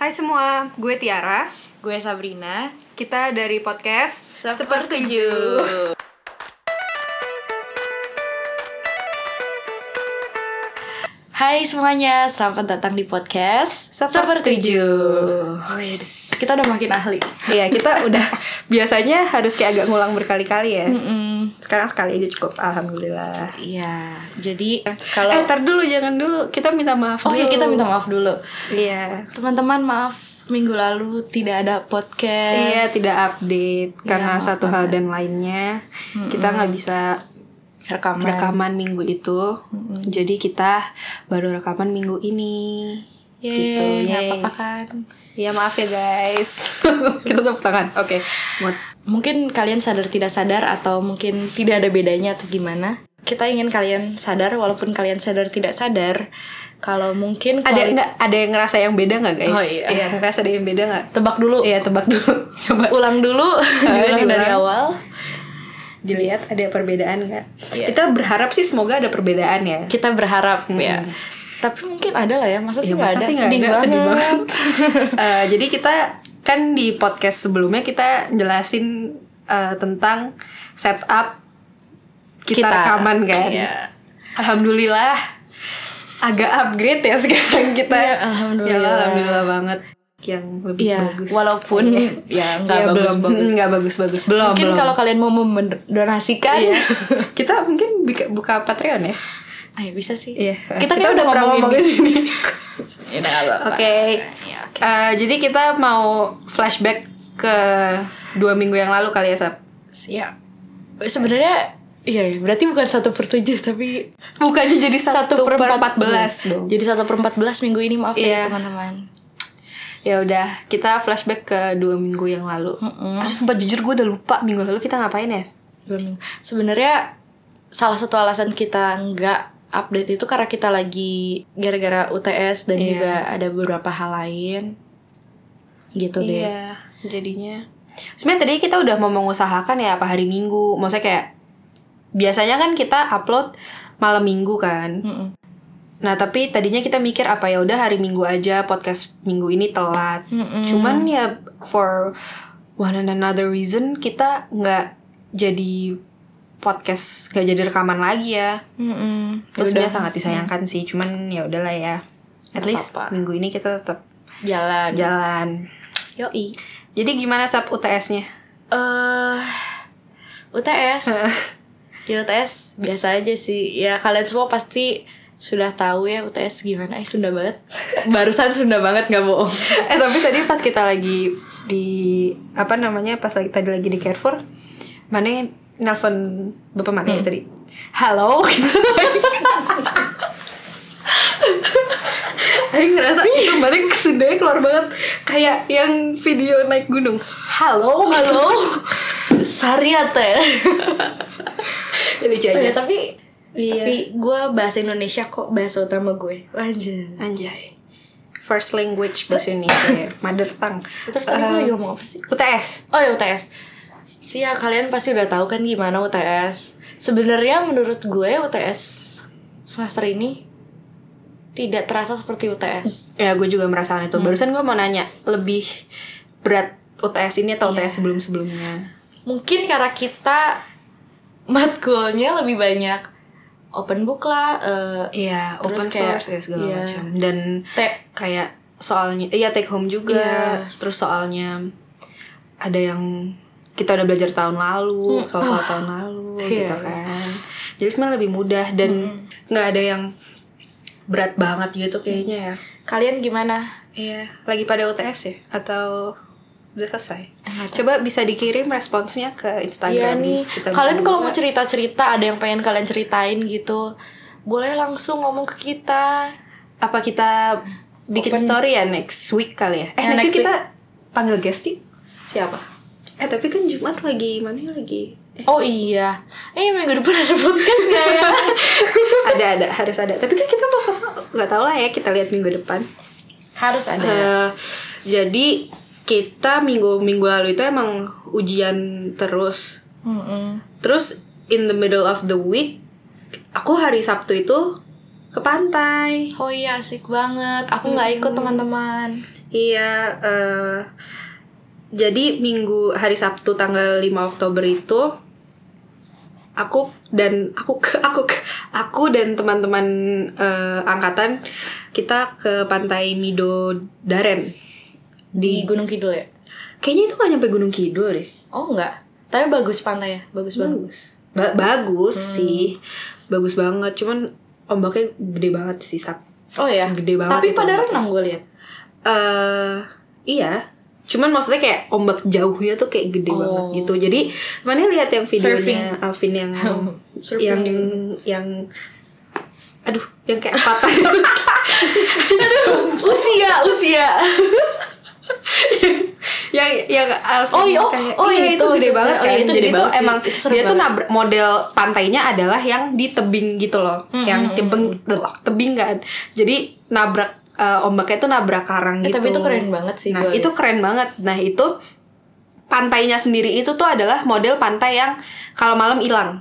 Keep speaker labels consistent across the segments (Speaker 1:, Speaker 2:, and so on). Speaker 1: Hai semua, gue Tiara.
Speaker 2: Gue Sabrina.
Speaker 1: Kita dari podcast
Speaker 2: Sepertuju. Hai semuanya, selamat datang di podcast
Speaker 1: Sepertuju.
Speaker 2: Wis, Kita udah makin ahli.
Speaker 1: Iya, kita udah biasanya harus kayak agak ngulang berkali-kali ya.
Speaker 2: Mm-mm.
Speaker 1: Sekarang sekali aja cukup, alhamdulillah.
Speaker 2: Iya, jadi kalau
Speaker 1: Eh, tar dulu jangan dulu. Kita minta maaf
Speaker 2: Oh
Speaker 1: dulu.
Speaker 2: ya kita minta maaf dulu.
Speaker 1: Iya.
Speaker 2: Teman-teman maaf minggu lalu tidak ada podcast.
Speaker 1: Iya, tidak update karena
Speaker 2: Iya, maaf
Speaker 1: satu hal dan lainnya. Kita nggak bisa
Speaker 2: Rekaman.
Speaker 1: rekaman minggu itu. Jadi kita baru rekaman minggu ini.
Speaker 2: Yeay,
Speaker 1: gitu.
Speaker 2: nggak
Speaker 1: yeay.
Speaker 2: apa-apa kan.
Speaker 1: Iya, maaf ya guys. kita tepuk tangan. Oke. Mut.
Speaker 2: mungkin kalian sadar tidak sadar atau mungkin tidak ada bedanya atau gimana kita ingin kalian sadar walaupun kalian sadar tidak sadar kalau mungkin
Speaker 1: ada
Speaker 2: kuali-
Speaker 1: nggak ada yang ngerasa yang beda nggak guys?
Speaker 2: Oh, iya.
Speaker 1: ngerasa ada yang beda nggak?
Speaker 2: tebak dulu
Speaker 1: Iya tebak dulu, coba
Speaker 2: ulang dulu diulang
Speaker 1: Iya,
Speaker 2: dari
Speaker 1: diulang.
Speaker 2: awal
Speaker 1: dilihat ada perbedaan nggak?
Speaker 2: Iya.
Speaker 1: Kita berharap sih semoga ada perbedaan ya.
Speaker 2: kita berharap ya tapi mungkin ada lah ya masa sih
Speaker 1: Iya,
Speaker 2: nggak
Speaker 1: masa
Speaker 2: ada
Speaker 1: sih nggak
Speaker 2: sedih,
Speaker 1: ada?
Speaker 2: banget.
Speaker 1: Sedih banget. Eh, jadi kita kan di podcast sebelumnya kita jelasin eh, tentang setup kita,
Speaker 2: Kita.
Speaker 1: rekaman kan.
Speaker 2: Iya.
Speaker 1: Alhamdulillah agak upgrade ya sekarang kita.
Speaker 2: Iya,
Speaker 1: Ya Allah,
Speaker 2: alhamdulillah.
Speaker 1: alhamdulillah banget yang lebih
Speaker 2: Iya,
Speaker 1: bagus.
Speaker 2: walaupun ya nggak
Speaker 1: Iya,
Speaker 2: bagus
Speaker 1: belum,
Speaker 2: bagus.
Speaker 1: mm, nggak bagus-bagus belum.
Speaker 2: mungkin
Speaker 1: belum.
Speaker 2: kalau kalian mau mendonasikan
Speaker 1: Iya. kita mungkin buka, buka Patreon ya.
Speaker 2: ayo bisa sih
Speaker 1: Iya.
Speaker 2: kita, kayak udah
Speaker 1: pernah
Speaker 2: ngomongin
Speaker 1: ngomongin ini. Iya,
Speaker 2: Ya, udah, nggak apa-apa.
Speaker 1: Oke.
Speaker 2: Ya, oke.
Speaker 1: Eh, jadi kita mau flashback ke dua minggu yang lalu kali ya Sab.
Speaker 2: Ya. Sebenarnya iya ya, berarti bukan satu per tujuh tapi
Speaker 1: Bukannya jadi
Speaker 2: satu, per empat belas
Speaker 1: dong.
Speaker 2: Jadi satu per empat belas minggu ini maaf
Speaker 1: Iya.
Speaker 2: ya teman-teman.
Speaker 1: Ya udah, kita flashback ke dua minggu yang lalu.
Speaker 2: Mm-mm.
Speaker 1: Aduh sempat jujur gue udah lupa minggu lalu kita ngapain ya?
Speaker 2: Dua minggu. Sebenarnya salah satu alasan kita nggak update itu karena kita lagi gara-gara UTS dan
Speaker 1: Iya.
Speaker 2: juga ada beberapa hal lain gitu deh.
Speaker 1: Iya, jadinya. Sebenarnya tadi kita udah mau mengusahakan ya apa hari Minggu. Maksudnya kayak biasanya kan kita upload malam Minggu kan.
Speaker 2: Mm-mm.
Speaker 1: Nah, tapi tadinya kita mikir apa ya udah hari Minggu aja podcast Minggu ini telat.
Speaker 2: Mm-mm.
Speaker 1: Cuman ya for one and another reason kita nggak jadi podcast nggak jadi rekaman lagi ya.
Speaker 2: Mm-mm.
Speaker 1: Itu
Speaker 2: Yaudah, Mm.
Speaker 1: sebenarnya sangat disayangkan sih. Cuman ya udahlah ya. At
Speaker 2: Nggak
Speaker 1: least
Speaker 2: apa-apa.
Speaker 1: minggu ini kita tetap
Speaker 2: jalan.
Speaker 1: jalan.
Speaker 2: Yoi.
Speaker 1: Jadi gimana sab UTS-nya?
Speaker 2: eh UTS. Di UTS biasa aja sih. Ya kalian semua pasti sudah tahu ya UTS gimana. Eh Sunda banget. Barusan Sunda banget nggak bohong.
Speaker 1: eh tapi tadi pas kita lagi di apa namanya pas lagi tadi lagi di Carrefour mana nelfon bapak mana ya
Speaker 2: Hmm.
Speaker 1: tadi halo gitu Aing ngerasa itu mana sendiri keluar banget kayak yang video naik gunung halo halo
Speaker 2: Sariat ya.
Speaker 1: Ya, lucu
Speaker 2: ya
Speaker 1: aja
Speaker 2: tapi tapi gue bahasa Indonesia kok bahasa utama gue. Anjir.
Speaker 1: anjay first language bahasa Indonesia ya. mother tongue Eh,
Speaker 2: Terus tadi gue lagi ngomong apa sih?
Speaker 1: UTS
Speaker 2: Oh ya UTS. Sih ya kalian pasti udah tahu kan gimana UTS. Sebenarnya menurut gue UTS semester ini tidak terasa seperti UTS.
Speaker 1: Ya gue juga merasakan
Speaker 2: Hmm.
Speaker 1: itu Barusan gue mau nanya Lebih berat UTS ini atau
Speaker 2: Iya.
Speaker 1: UTS sebelum-sebelumnya
Speaker 2: mungkin karena kita matkulnya lebih banyak open book lah eh,
Speaker 1: Iya
Speaker 2: Terus
Speaker 1: open
Speaker 2: kayak-
Speaker 1: source ya segala
Speaker 2: iya.
Speaker 1: macam Dan
Speaker 2: te-
Speaker 1: kayak soalnya Iya take home juga
Speaker 2: Iya.
Speaker 1: Terus soalnya Ada yang kita udah belajar tahun lalu Soal-soal tahun lalu
Speaker 2: Hmm. Ah. Iya. Hmm.
Speaker 1: gitu kan Jadi sebenarnya lebih mudah Dan nggak ada yang berat banget gitu kayaknya ya
Speaker 2: kalian gimana
Speaker 1: Iya, lagi pada UTS ya atau udah selesai?
Speaker 2: Nggak
Speaker 1: Coba bisa dikirim responsnya ke
Speaker 2: iya
Speaker 1: Instagram
Speaker 2: nih
Speaker 1: kita
Speaker 2: kalian kalau mau
Speaker 1: berdua.
Speaker 2: cerita cerita ada yang pengen kalian ceritain gitu boleh langsung ngomong ke kita
Speaker 1: apa kita bikin
Speaker 2: Open-
Speaker 1: story ya next week kali ya? Eh
Speaker 2: Ya,
Speaker 1: next,
Speaker 2: next
Speaker 1: week kita panggil guest yuk.
Speaker 2: siapa
Speaker 1: Eh tapi kan Jumat lagi mana ya lagi? Eh,
Speaker 2: oh iya eh minggu depan ada podcast gak ya
Speaker 1: ada ada harus ada. Tapi kan kita mau kesel nggak tahu lah ya kita lihat minggu depan.
Speaker 2: harus ada ya.
Speaker 1: Eh, jadi kita minggu minggu lalu itu emang ujian terus.
Speaker 2: Mm-mm.
Speaker 1: Terus in the middle of the week aku hari Sabtu itu ke pantai.
Speaker 2: Oh iya asik banget. Aku nggak ikut teman-teman.
Speaker 1: Iya, eh jadi minggu hari Sabtu tanggal 5 Oktober itu aku dan aku ke aku ke- aku dan teman-teman eh, angkatan kita ke pantai Mido Daren.
Speaker 2: Di Gunung Kidul ya?
Speaker 1: Kayaknya itu gak nyampe Gunung Kidul deh.
Speaker 2: Oh enggak. Tapi bagus pantainya, bagus banget.
Speaker 1: Bagus. Ba- bagus sih. Bagus banget, cuman ombaknya gede banget sih, Sab.
Speaker 2: Oh iya.
Speaker 1: Gede banget
Speaker 2: Tapi
Speaker 1: itu
Speaker 2: pada
Speaker 1: ombaknya.
Speaker 2: renang gue lihat.
Speaker 1: eh iya. Cuman maksudnya kayak ombak jauhnya tuh kayak gede
Speaker 2: Oh.
Speaker 1: banget gitu. Jadi mana lihat yang
Speaker 2: Surfing.
Speaker 1: videonya eh, Alvin yang
Speaker 2: Surfing
Speaker 1: yang
Speaker 2: di-
Speaker 1: yang aduh, yang kayak patah itu.
Speaker 2: usia, usia.
Speaker 1: yang yang Alvin
Speaker 2: Oh, iya, oh,
Speaker 1: kayak-
Speaker 2: oh,
Speaker 1: iya, itu
Speaker 2: itu
Speaker 1: gede
Speaker 2: maksudnya.
Speaker 1: banget
Speaker 2: Oh,
Speaker 1: kan.
Speaker 2: iya, itu
Speaker 1: Jadi
Speaker 2: gede
Speaker 1: tuh
Speaker 2: banget sih.
Speaker 1: emang
Speaker 2: Itu serem
Speaker 1: dia tuh
Speaker 2: banget.
Speaker 1: nabrak model pantainya adalah yang di tebing gitu loh.
Speaker 2: Hmm,
Speaker 1: yang tebing tebing kan. Jadi nabrak eh, ombaknya tuh nabrak karang
Speaker 2: Eh,
Speaker 1: gitu.
Speaker 2: tapi itu keren banget sih
Speaker 1: Nah,
Speaker 2: gua
Speaker 1: itu keren banget. Nah, itu pantainya sendiri itu tuh adalah model pantai yang kalau malam hilang.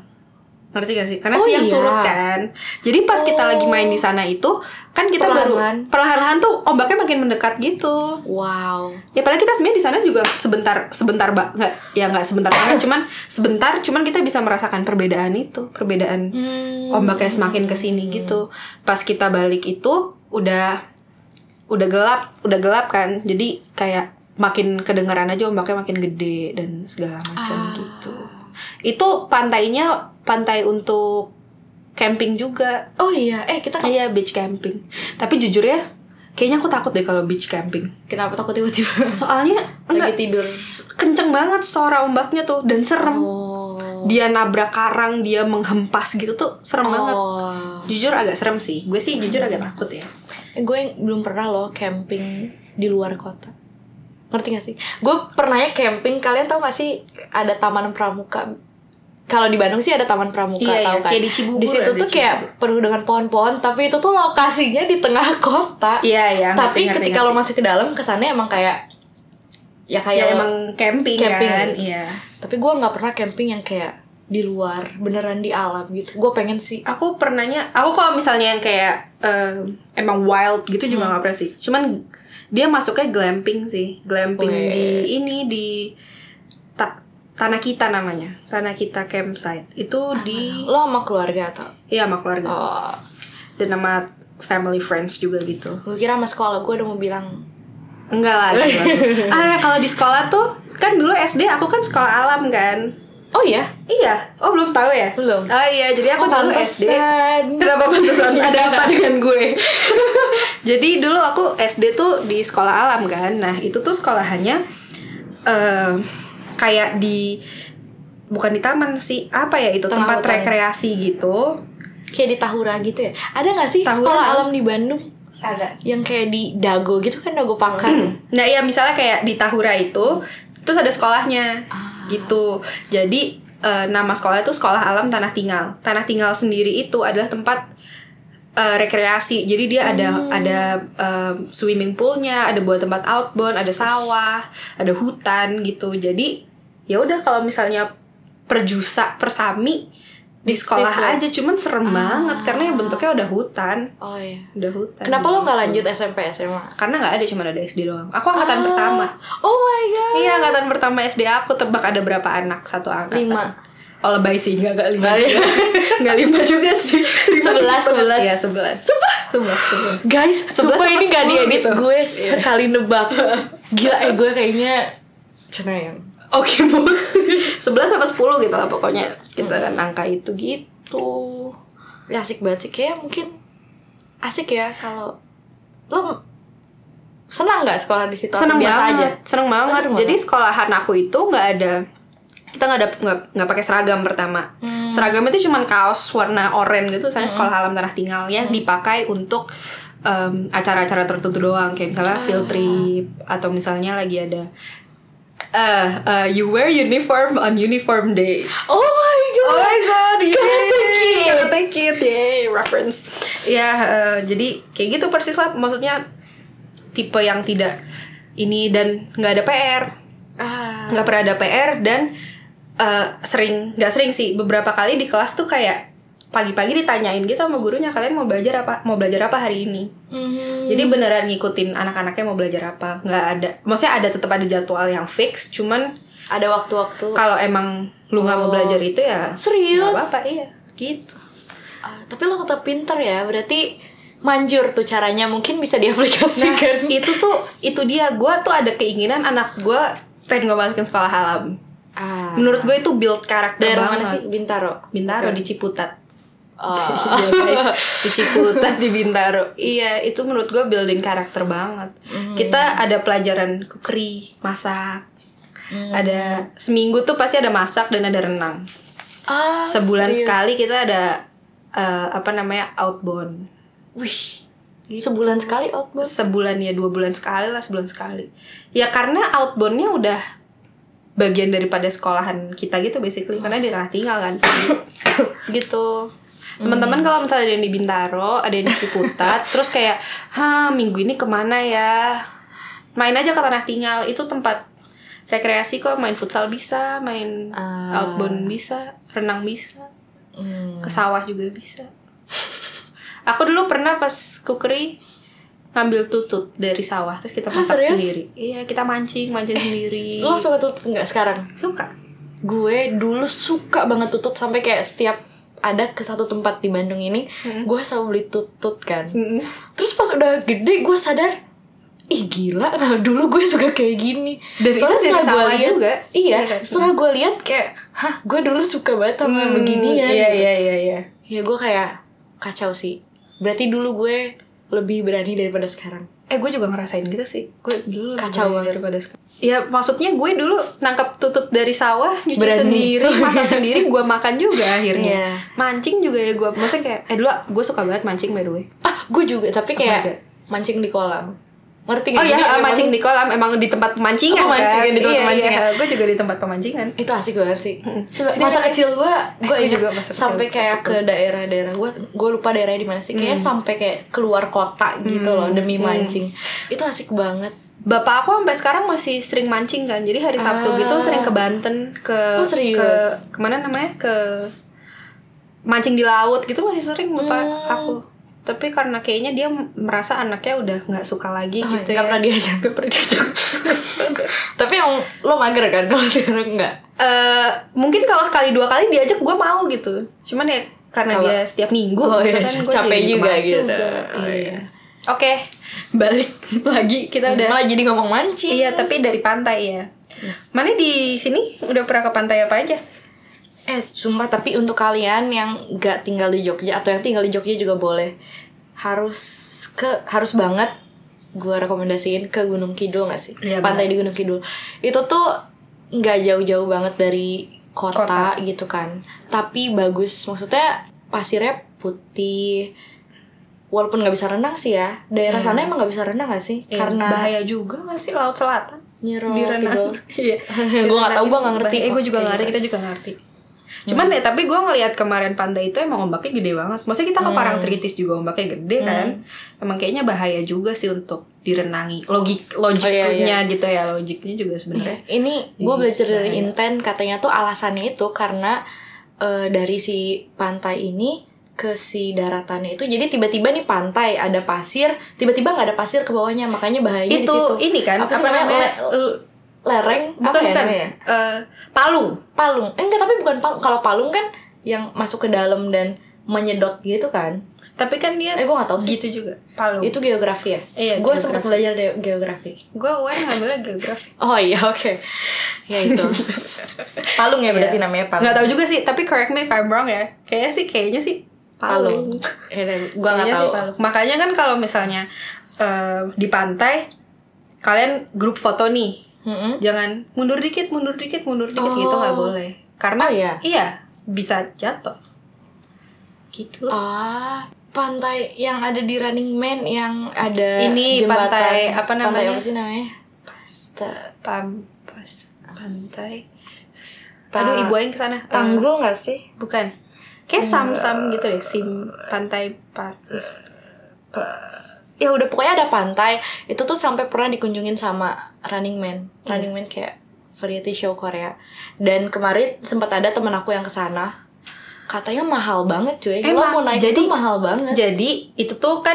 Speaker 1: Ngerti gak sih? Karena
Speaker 2: Oh,
Speaker 1: siang
Speaker 2: iya.
Speaker 1: surut kan. Jadi pas kita lagi main di sana itu kan kita
Speaker 2: Perlahan.
Speaker 1: baru perlahan-lahan tuh ombaknya makin mendekat gitu
Speaker 2: Wow.
Speaker 1: ya padahal kita sebenarnya di sana juga sebentar sebentar ba- nggak ya nggak sebentar banget cuman sebentar cuman kita bisa merasakan perbedaan itu perbedaan
Speaker 2: Hmm.
Speaker 1: ombaknya semakin kesini gitu pas kita balik itu udah udah gelap udah gelap kan jadi kayak makin kedengeran aja ombaknya makin gede dan segala macam
Speaker 2: Ah.
Speaker 1: gitu itu pantainya pantai untuk camping juga
Speaker 2: Oh iya, eh kita
Speaker 1: iya beach camping tapi jujur ya kayaknya aku takut deh kalau beach camping
Speaker 2: kenapa takut tiba-tiba?
Speaker 1: soalnya enggak
Speaker 2: tidur.
Speaker 1: s- kenceng banget suara ombaknya tuh dan serem
Speaker 2: Oh.
Speaker 1: dia nabrak karang dia menghempas gitu tuh serem banget
Speaker 2: Oh.
Speaker 1: jujur agak serem sih gue sih jujur agak takut ya
Speaker 2: Eh, gue yang belum pernah loh camping di luar kota ngerti gak sih gue pernahnya camping kalian tau gak sih ada taman pramuka kalau di Bandung sih ada taman pramuka
Speaker 1: Iya,
Speaker 2: tau
Speaker 1: iya.
Speaker 2: kan
Speaker 1: Kayak di Cibubur
Speaker 2: situ
Speaker 1: ada
Speaker 2: tuh
Speaker 1: di
Speaker 2: kayak penuh dengan pohon-pohon tapi itu tuh lokasinya di tengah kota
Speaker 1: iya ya
Speaker 2: tapi ketika lo masuk ke dalam kesannya emang kayak
Speaker 1: ya
Speaker 2: ya kayak
Speaker 1: emang camping,
Speaker 2: Camping.
Speaker 1: kan iya
Speaker 2: tapi gue nggak pernah camping yang kayak di luar beneran di alam gitu gue pengen sih
Speaker 1: aku pernahnya aku kalau misalnya yang kayak em, emang wild gitu juga nggak pernah sih cuman dia masuknya glamping sih glamping
Speaker 2: Weh.
Speaker 1: di ini di ta- tanah kita namanya tanah kita campsite itu di
Speaker 2: lo sama keluarga atau
Speaker 1: iya sama keluarga
Speaker 2: oh,
Speaker 1: dan nama family friends juga gitu
Speaker 2: gue kira sama sekolah gue udah mau bilang
Speaker 1: enggak lah ada baru. ah kalau di sekolah tuh kan dulu SD aku kan sekolah alam kan
Speaker 2: oh iya
Speaker 1: iya oh belum tahu ya
Speaker 2: Belum.
Speaker 1: oh iya jadi aku
Speaker 2: Oh,
Speaker 1: dulu SD
Speaker 2: pantesan.
Speaker 1: kenapa pantesan ada apa dengan gue jadi dulu aku SD tuh di sekolah alam kan nah itu tuh sekolahannya eh kayak di bukan di taman sih apa ya itu
Speaker 2: Tengah
Speaker 1: tempat
Speaker 2: hutan.
Speaker 1: rekreasi gitu
Speaker 2: kayak di Tahura gitu ya ada nggak sih
Speaker 1: Tahura
Speaker 2: sekolah
Speaker 1: ada.
Speaker 2: alam di Bandung
Speaker 1: ada
Speaker 2: yang kayak di Dago gitu kan Dago Pakar
Speaker 1: Nah iya misalnya kayak di Tahura itu Terus ada sekolahnya
Speaker 2: Ah.
Speaker 1: Gitu Jadi eh, nama sekolah itu Sekolah Alam Tanah Tinggal Tanah Tinggal sendiri itu adalah tempat eh, rekreasi Jadi dia ada
Speaker 2: Hmm.
Speaker 1: ada em, swimming poolnya Ada buat tempat outbound Ada sawah Ada hutan gitu Jadi ya udah kalau misalnya Perjusa, persami Di sekolah
Speaker 2: situ. Ah.
Speaker 1: aja Cuman serem banget Karena bentuknya udah hutan
Speaker 2: oh iya
Speaker 1: Udah hutan
Speaker 2: kenapa lo nggak Ah.
Speaker 1: gitu.
Speaker 2: lanjut SMP SMA
Speaker 1: Karena nggak ada cuman ada SD doang Aku angkatan pertama
Speaker 2: oh my god
Speaker 1: Iya angkatan pertama SD aku tebak ada berapa anak satu angkatan
Speaker 2: Lima.
Speaker 1: Oh lebay sih nggak nggak lima
Speaker 2: Nggak lima.
Speaker 1: nggak lima juga sih
Speaker 2: Sebelas, sebelas.
Speaker 1: Iya sebelas Sumpah Sebelas sebelas
Speaker 2: guys
Speaker 1: Sebelas
Speaker 2: sumpah
Speaker 1: sama
Speaker 2: ini gak
Speaker 1: sepuluh
Speaker 2: diedit
Speaker 1: gitu.
Speaker 2: gue sekali nebak gila eh gue kayaknya ya. cenayang
Speaker 1: Oke Bu Sebelas apa sepuluh gitu lah pokoknya sekitaran angka itu gitu
Speaker 2: ya asik banget sih kayak mungkin asik ya kalau lo senang nggak sekolah di situ Atau
Speaker 1: Seneng
Speaker 2: biasa
Speaker 1: banget
Speaker 2: aja
Speaker 1: Seneng banget
Speaker 2: Seneng
Speaker 1: Jadi sekolahan aku itu nggak ada kita nggak ada nggak nggak pakai seragam pertama
Speaker 2: Hmm.
Speaker 1: seragam itu cuman kaos warna oranye gitu misalnya sekolah alam tanah tinggal ya
Speaker 2: Hmm.
Speaker 1: dipakai untuk em, acara-acara tertentu doang kayak misalnya
Speaker 2: Ah,
Speaker 1: field
Speaker 2: iya.
Speaker 1: trip atau misalnya lagi ada eh eh, you wear uniform on uniform day
Speaker 2: oh my god iya.
Speaker 1: my god, yay, gotta take it, iya. yay, reference. Ya, eh, jadi kayak gitu persis lah, maksudnya tipe yang tidak ini dan nggak ada PR,
Speaker 2: ah
Speaker 1: nggak pernah ada PR dan eh, sering, nggak sering sih, beberapa kali di kelas tuh kayak pagi-pagi ditanyain gitu sama gurunya kalian mau belajar apa mau belajar apa hari ini
Speaker 2: mhm. Hmm.
Speaker 1: jadi beneran ngikutin anak-anaknya mau belajar apa nggak ada maksudnya ada tetap ada jadwal yang fix cuman
Speaker 2: ada waktu-waktu
Speaker 1: kalau emang lu nggak mau
Speaker 2: Oh.
Speaker 1: belajar itu ya
Speaker 2: serius
Speaker 1: nggak apa-apa iya gitu
Speaker 2: Ah, tapi lo tetap pinter ya berarti manjur tuh caranya mungkin bisa diaplikasikan
Speaker 1: Nah, itu tuh itu dia gue tuh ada keinginan anak gue pengen gue masukin sekolah alam
Speaker 2: ah.
Speaker 1: menurut gue itu build karakter
Speaker 2: daerah
Speaker 1: Nah, banget
Speaker 2: mana sih Bintaro
Speaker 1: Bintaro di Ciputat
Speaker 2: Ah.
Speaker 1: Iya, guys di Ciputat di Bintaro iya itu menurut gue building karakter banget
Speaker 2: Hmm.
Speaker 1: kita ada pelajaran kukri masak
Speaker 2: Hmm.
Speaker 1: ada seminggu tuh pasti ada masak dan ada renang
Speaker 2: Ah,
Speaker 1: sebulan
Speaker 2: serius?
Speaker 1: sekali kita ada eh, apa namanya outbound
Speaker 2: Wih, sebulan sekali outbound.
Speaker 1: sebulan ya dua bulan sekali lah sebulan sekali ya karena outboundnya udah bagian daripada sekolahan kita gitu basically karena di ranah tinggal kan gitu
Speaker 2: Hmm.
Speaker 1: teman-teman kalau misalnya ada yang di Bintaro ada yang di Ciputat terus kayak ha minggu ini kemana ya main aja ke tanah tinggal itu tempat rekreasi kok main futsal bisa main
Speaker 2: Ah.
Speaker 1: outbound bisa renang bisa ke sawah juga bisa aku dulu pernah pas kukri ngambil tutut dari sawah terus kita
Speaker 2: Ah,
Speaker 1: masak
Speaker 2: serius?
Speaker 1: sendiri iya kita mancing mancing sendiri
Speaker 2: Lo suka tutut nggak sekarang?
Speaker 1: suka
Speaker 2: Gue dulu suka banget tutut sampai kayak setiap ada ke satu tempat di Bandung ini, gue selalu beli tutut kan.
Speaker 1: Mm-mm.
Speaker 2: Terus pas udah gede gue sadar, ih gila, nah dulu gue suka kayak gini.
Speaker 1: Dan itu dari
Speaker 2: setelah gua
Speaker 1: sawah
Speaker 2: lihat-
Speaker 1: juga.
Speaker 2: Iya,
Speaker 1: Iya kan?
Speaker 2: setelah gue lihat kayak, hah, gue dulu suka banget sama
Speaker 1: Hmm,
Speaker 2: beginian.
Speaker 1: iya
Speaker 2: gitu.
Speaker 1: iya iya iya
Speaker 2: Ya gue kayak kacau sih. Berarti dulu gue lebih berani daripada sekarang.
Speaker 1: eh gue juga ngerasain gitu sih gue dulu lebih
Speaker 2: Kacau
Speaker 1: berani
Speaker 2: banget.
Speaker 1: daripada sekarang ya maksudnya gue dulu nangkap tutut dari sawah nyuci
Speaker 2: Berani.
Speaker 1: sendiri masak sendiri gue makan juga akhirnya
Speaker 2: Iya.
Speaker 1: mancing juga ya gue maksudnya kayak eh dulu gue suka banget mancing by the way
Speaker 2: Ah, gue juga, tapi kayak
Speaker 1: God.
Speaker 2: mancing di kolam. Ngerti gak?
Speaker 1: Oh iya, mancing di kolam emang di tempat pemancingan
Speaker 2: Oh, mancing,
Speaker 1: kan?
Speaker 2: di tempat
Speaker 1: Iya,
Speaker 2: pemancingan.
Speaker 1: iya, gue juga di tempat pemancingan.
Speaker 2: Itu asik banget sih.
Speaker 1: Sini, Maya.
Speaker 2: masa kecil gue, gue
Speaker 1: Eh, gua Hmm. juga
Speaker 2: juga
Speaker 1: masa kecil.
Speaker 2: sampai kayak ke daerah-daerah gue, gue lupa daerahnya di mana sih. Kayaknya sampai kayak keluar kota gitu loh
Speaker 1: Hmm.
Speaker 2: demi mancing. Itu asik banget.
Speaker 1: Bapak aku sampai sekarang masih sering mancing kan. Jadi hari Sabtu
Speaker 2: Ah.
Speaker 1: gitu sering ke Banten, ke
Speaker 2: Oh, serius?
Speaker 1: ke kemana namanya? Ke mancing di laut gitu masih sering bapak
Speaker 2: Hmm.
Speaker 1: aku. Tapi karena kayaknya dia merasa anaknya udah nggak suka lagi
Speaker 2: Oh,
Speaker 1: gitu
Speaker 2: nggak
Speaker 1: ya.
Speaker 2: pernah diajak, gak pernah diajak. tapi yang lo mager kan kalau sekarang enggak?
Speaker 1: Eh, mungkin kalau sekali dua kali diajak gue mau gitu. Cuman ya karena
Speaker 2: Kalau-
Speaker 1: dia setiap minggu
Speaker 2: Oh,
Speaker 1: gitu
Speaker 2: iya,
Speaker 1: kan gua
Speaker 2: capek
Speaker 1: jadi
Speaker 2: juga
Speaker 1: males
Speaker 2: gitu.
Speaker 1: Iya.
Speaker 2: Oh, iya.
Speaker 1: Oke, balik lagi kita udah
Speaker 2: Malah jadi ngomong mancing.
Speaker 1: Iya, tapi dari pantai ya. Mana di sini udah pernah ke pantai apa aja?
Speaker 2: Eh, sumpah tapi untuk kalian yang nggak tinggal di Jogja atau yang tinggal di Jogja juga boleh. Harus ke harus banget gua rekomendasiin ke Gunung Kidul nggak sih?
Speaker 1: Iya,
Speaker 2: Pantai di Gunung Kidul. Itu tuh nggak jauh-jauh banget dari kota,
Speaker 1: Kota.
Speaker 2: gitu kan. Tapi bagus. Maksudnya pasirnya putih. Walaupun nggak bisa renang sih ya. Daerah sana emang nggak bisa renang nggak sih?
Speaker 1: Eh,
Speaker 2: Karena
Speaker 1: Hmm. bahaya juga gak sih laut selatan?
Speaker 2: Nyerok
Speaker 1: di renang.
Speaker 2: gitu.
Speaker 1: Iya.
Speaker 2: Gua nggak tahu, gua nggak ngerti.
Speaker 1: Bahaya- Eh, gue juga nggak ngerti,
Speaker 2: Kayak
Speaker 1: kita juga nggak ngerti. Cuman ya, tapi gue ngelihat kemarin pantai itu emang ombaknya gede banget. Maksudnya kita ke Parangtritis juga ombaknya gede kan. Emang kayaknya bahaya juga sih untuk direnangi. Logik logiknya
Speaker 2: Oh, iya,
Speaker 1: gitu ya, logiknya juga sebenarnya.
Speaker 2: Ini gue
Speaker 1: Iya,
Speaker 2: belajar dari Inten katanya tuh alasannya itu karena eh, dari si pantai ini ke si daratannya itu jadi tiba-tiba nih pantai ada pasir tiba-tiba nggak ada pasir ke bawahnya makanya bahayanya di
Speaker 1: itu
Speaker 2: situ
Speaker 1: ini kan
Speaker 2: Apa sih namanya?
Speaker 1: Le-
Speaker 2: lereng apa
Speaker 1: bukan
Speaker 2: ya
Speaker 1: bukan
Speaker 2: namanya?
Speaker 1: Eh, palung
Speaker 2: palung eh, enggak tapi bukan palung kalau palung kan yang masuk ke dalam dan menyedot gitu kan
Speaker 1: tapi kan dia
Speaker 2: eh gue nggak tahu sih
Speaker 1: gitu juga palung
Speaker 2: itu geografi ya
Speaker 1: Iya,
Speaker 2: gue
Speaker 1: geografi.
Speaker 2: sempat belajar de- geografi
Speaker 1: Gue UN ngambilnya geografi
Speaker 2: oh iya oke ya itu palung
Speaker 1: Iya.
Speaker 2: ya berarti namanya palung
Speaker 1: Gak tau juga sih, tapi correct me if I'm wrong ya Kayaknya sih, kayaknya sih
Speaker 2: palung,
Speaker 1: Palung,
Speaker 2: Eh, gue
Speaker 1: Kayaknya
Speaker 2: nggak
Speaker 1: sih
Speaker 2: tahu
Speaker 1: Palung. Makanya kan kalau misalnya eh, di pantai Kalian grup foto nih
Speaker 2: Mm-mm.
Speaker 1: Jangan mundur dikit, mundur dikit, mundur dikit
Speaker 2: Hmm? Oh.
Speaker 1: Gitu gak boleh Karena
Speaker 2: Oh, iya?
Speaker 1: iya, bisa jatuh Gitu
Speaker 2: Ah, pantai yang ada di Running Man yang ada
Speaker 1: Ini
Speaker 2: jembatan.
Speaker 1: pantai apa
Speaker 2: Pantai
Speaker 1: namanya?
Speaker 2: apa sih namanya? Ta-
Speaker 1: Pampas Pantai
Speaker 2: Ta-
Speaker 1: Aduh, ibu aing kesana Eh,
Speaker 2: Tanggul nggak sih?
Speaker 1: Bukan Kayak sam-sam gitu deh, sim pantai pasif
Speaker 2: Ya udah pokoknya ada pantai. Itu tuh sampai pernah dikunjungin sama Running Man. Running Man kayak variety show Korea. Dan kemarin sempat ada teman aku yang kesana katanya mahal banget cuy. Lo
Speaker 1: Emang,
Speaker 2: mau naik
Speaker 1: jadi-
Speaker 2: itu mahal banget.
Speaker 1: Jadi itu tuh kan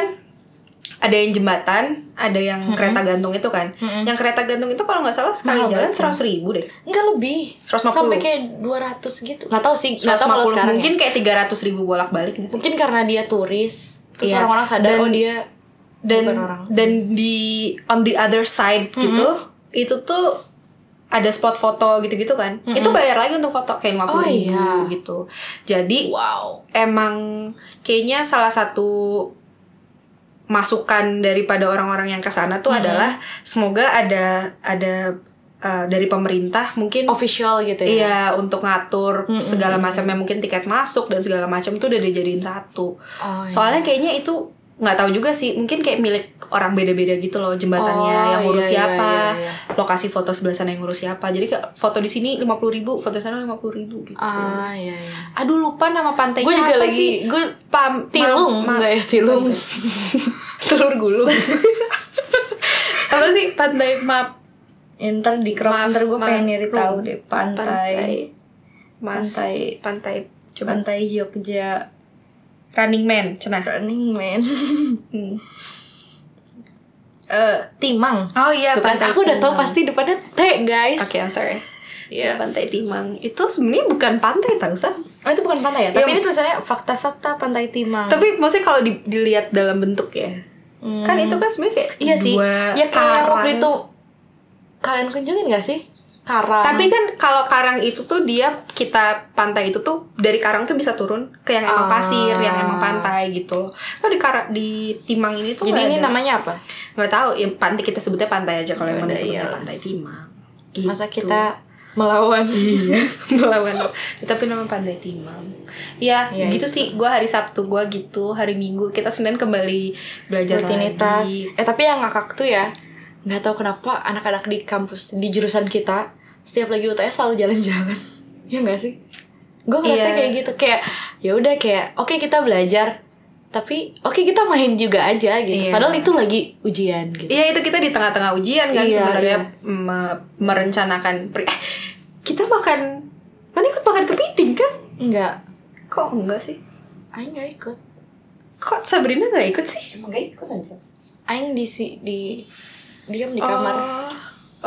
Speaker 1: ada yang jembatan, ada yang kereta gantung itu kan.
Speaker 2: Mm-mm.
Speaker 1: Yang kereta gantung itu kalau nggak salah sekali
Speaker 2: Mahal
Speaker 1: jalan
Speaker 2: banget.
Speaker 1: seratus ribu deh.
Speaker 2: Enggak lebih.
Speaker 1: 150.
Speaker 2: Sampai kayak 200 gitu. Nggak tahu sih, nggak tahu kalau
Speaker 1: 150,
Speaker 2: sekarang ya.
Speaker 1: mungkin kayak tiga ratus ribu bolak balik gitu.
Speaker 2: Mungkin karena dia turis. Terus
Speaker 1: Iya.
Speaker 2: orang-orang sadar
Speaker 1: Dan-
Speaker 2: oh dia
Speaker 1: Dan
Speaker 2: bukan orang.
Speaker 1: dan di on the other side gitu, itu tuh ada spot foto gitu-gitu kan. Itu bayar lagi untuk foto kayak lima
Speaker 2: Oh,
Speaker 1: ribu
Speaker 2: iya.
Speaker 1: gitu. Jadi
Speaker 2: Wow.
Speaker 1: emang kayaknya salah satu masukan daripada orang-orang yang ke sana tuh
Speaker 2: Mhm.
Speaker 1: adalah semoga ada ada uh, dari pemerintah mungkin
Speaker 2: Official gitu ya.
Speaker 1: iya untuk ngatur
Speaker 2: Mhm.
Speaker 1: segala macamnya mungkin tiket masuk dan segala macam tuh udah dijadiin satu.
Speaker 2: Oh, iya.
Speaker 1: Soalnya kayaknya itu nggak tahu juga sih, mungkin kayak milik orang beda-beda gitu loh jembatannya
Speaker 2: Oh,
Speaker 1: yang ngurus
Speaker 2: iya, iya,
Speaker 1: siapa,
Speaker 2: iya, iya.
Speaker 1: lokasi foto sebelah sana yang ngurus siapa. Jadi kayak foto di sini 50.000 ribu, foto sana 50.000 ribu gitu.
Speaker 2: Ah, iya iya.
Speaker 1: Aduh lupa nama pantainya
Speaker 2: Gue juga
Speaker 1: apa sih?
Speaker 2: lagi gue
Speaker 1: pam
Speaker 2: tilung
Speaker 1: ma- ma-
Speaker 2: enggak ya tilung.
Speaker 1: telur gulung apa sih pantai map
Speaker 3: Ya, ntar di crop
Speaker 1: Maaf,
Speaker 3: ntar gue
Speaker 1: maaf,
Speaker 3: pengen nyari
Speaker 1: Rum.
Speaker 3: tahu deh pantai
Speaker 1: pantai mas pantai
Speaker 3: Pantai-
Speaker 1: coba
Speaker 3: pantai Jogja
Speaker 1: running man cenah
Speaker 3: Running Man Eh, Timang
Speaker 1: oh iya
Speaker 2: Tuh kan aku udah tahu
Speaker 1: Timang.
Speaker 2: pasti depannya T guys.
Speaker 1: oke I'm sorry
Speaker 3: Iya.
Speaker 1: pantai timang itu sebenarnya bukan pantai tahu Sam.
Speaker 2: Hmm.
Speaker 3: Oh, itu bukan pantai ya tapi
Speaker 1: Iya.
Speaker 3: ini tulisannya fakta-fakta pantai Timang
Speaker 1: tapi maksudnya kalau di- dilihat dalam bentuk ya
Speaker 3: Hmm.
Speaker 1: kan itu kan sebenarnya kayak
Speaker 2: Iya sih.
Speaker 1: dua
Speaker 2: Ya kayak
Speaker 1: karang.
Speaker 2: waktu itu kalian kunjungin gak sih? Karang.
Speaker 1: tapi kan kalau karang itu tuh dia kita pantai itu tuh dari karang tuh bisa turun ke yang emang
Speaker 2: Ah.
Speaker 1: pasir yang emang pantai gitu kalau di kara di timang ini tuh
Speaker 3: jadi
Speaker 1: nggak
Speaker 3: ini
Speaker 1: ada.
Speaker 3: namanya apa
Speaker 1: nggak tahu ya pantai kita sebutnya pantai aja kalau emang
Speaker 2: Udah,
Speaker 1: disebutnya
Speaker 2: iya.
Speaker 1: pantai timang gitu. Iya.
Speaker 2: masa kita melawan
Speaker 1: melawan tapi nama pantai timang ya
Speaker 2: Iya,
Speaker 1: gitu sih gue hari sabtu gue gitu hari minggu kita senin kembali belajar
Speaker 2: rutinitas.
Speaker 1: lagi.
Speaker 2: Eh tapi yang ngakak tuh ya nggak tahu kenapa anak-anak di kampus di jurusan kita setiap lagi UTS selalu jalan-jalan. ya gak sih? Gue
Speaker 1: Iya.
Speaker 2: ngerasa kayak gitu kayak ya udah kayak oke kita belajar tapi oke kita main juga aja gitu.
Speaker 1: Iya.
Speaker 2: Padahal itu lagi ujian gitu.
Speaker 1: Iya itu kita di tengah-tengah ujian kan
Speaker 2: Iya,
Speaker 1: sebenarnya
Speaker 2: iya.
Speaker 1: me- merencanakan pri- eh kita makan mana ikut makan kepiting kan?
Speaker 2: Enggak.
Speaker 1: Kok enggak sih?
Speaker 2: Aing gak ikut.
Speaker 1: Kok Sabrina nggak ikut sih?
Speaker 3: emang gak ikut aja
Speaker 2: Aing di si- di diam di kamar.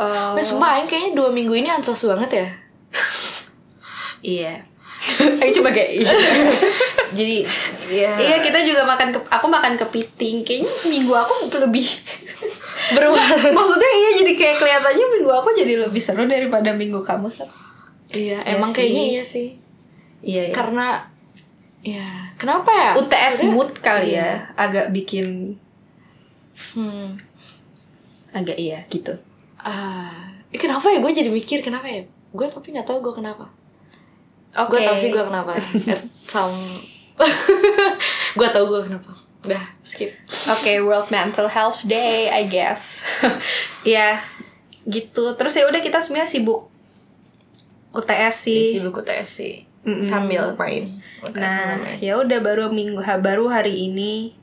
Speaker 1: Oh, oh,
Speaker 2: Tapi sumpah Aing kayaknya dua minggu ini ansos banget ya.
Speaker 1: iya. Ayo coba kayak iya.
Speaker 2: Jadi ya
Speaker 1: Iya, kita juga makan ke- aku makan kepiting kayaknya minggu aku lebih
Speaker 2: berwarna.
Speaker 1: maksudnya iya jadi kayak kelihatannya minggu aku jadi lebih seru daripada minggu kamu. Sab.
Speaker 2: Iya,
Speaker 1: Iya
Speaker 2: emang
Speaker 1: sih.
Speaker 2: kayaknya iya sih.
Speaker 1: Iya. iya.
Speaker 2: Karena ya, kenapa ya?
Speaker 1: UTS
Speaker 2: Sebenarnya-
Speaker 1: mood kali ya agak bikin
Speaker 2: Hmm.
Speaker 1: agak iya gitu.
Speaker 2: Ah, eh, kenapa ya gue jadi mikir kenapa ya? Gue tapi nggak tahu gue kenapa. Gue tahu sih gue kenapa. At some gue tahu gue kenapa. Udah, skip.
Speaker 1: Oke, World Mental Health Day, I guess. ya, gitu. Terus ya udah kita semuanya sibuk UTS Iya sih.
Speaker 2: Iya, sibuk UTS sih.
Speaker 1: Mm-mm.
Speaker 2: Sambil main.
Speaker 1: Nah, ya
Speaker 2: iya.
Speaker 1: udah baru minggu ha- baru hari ini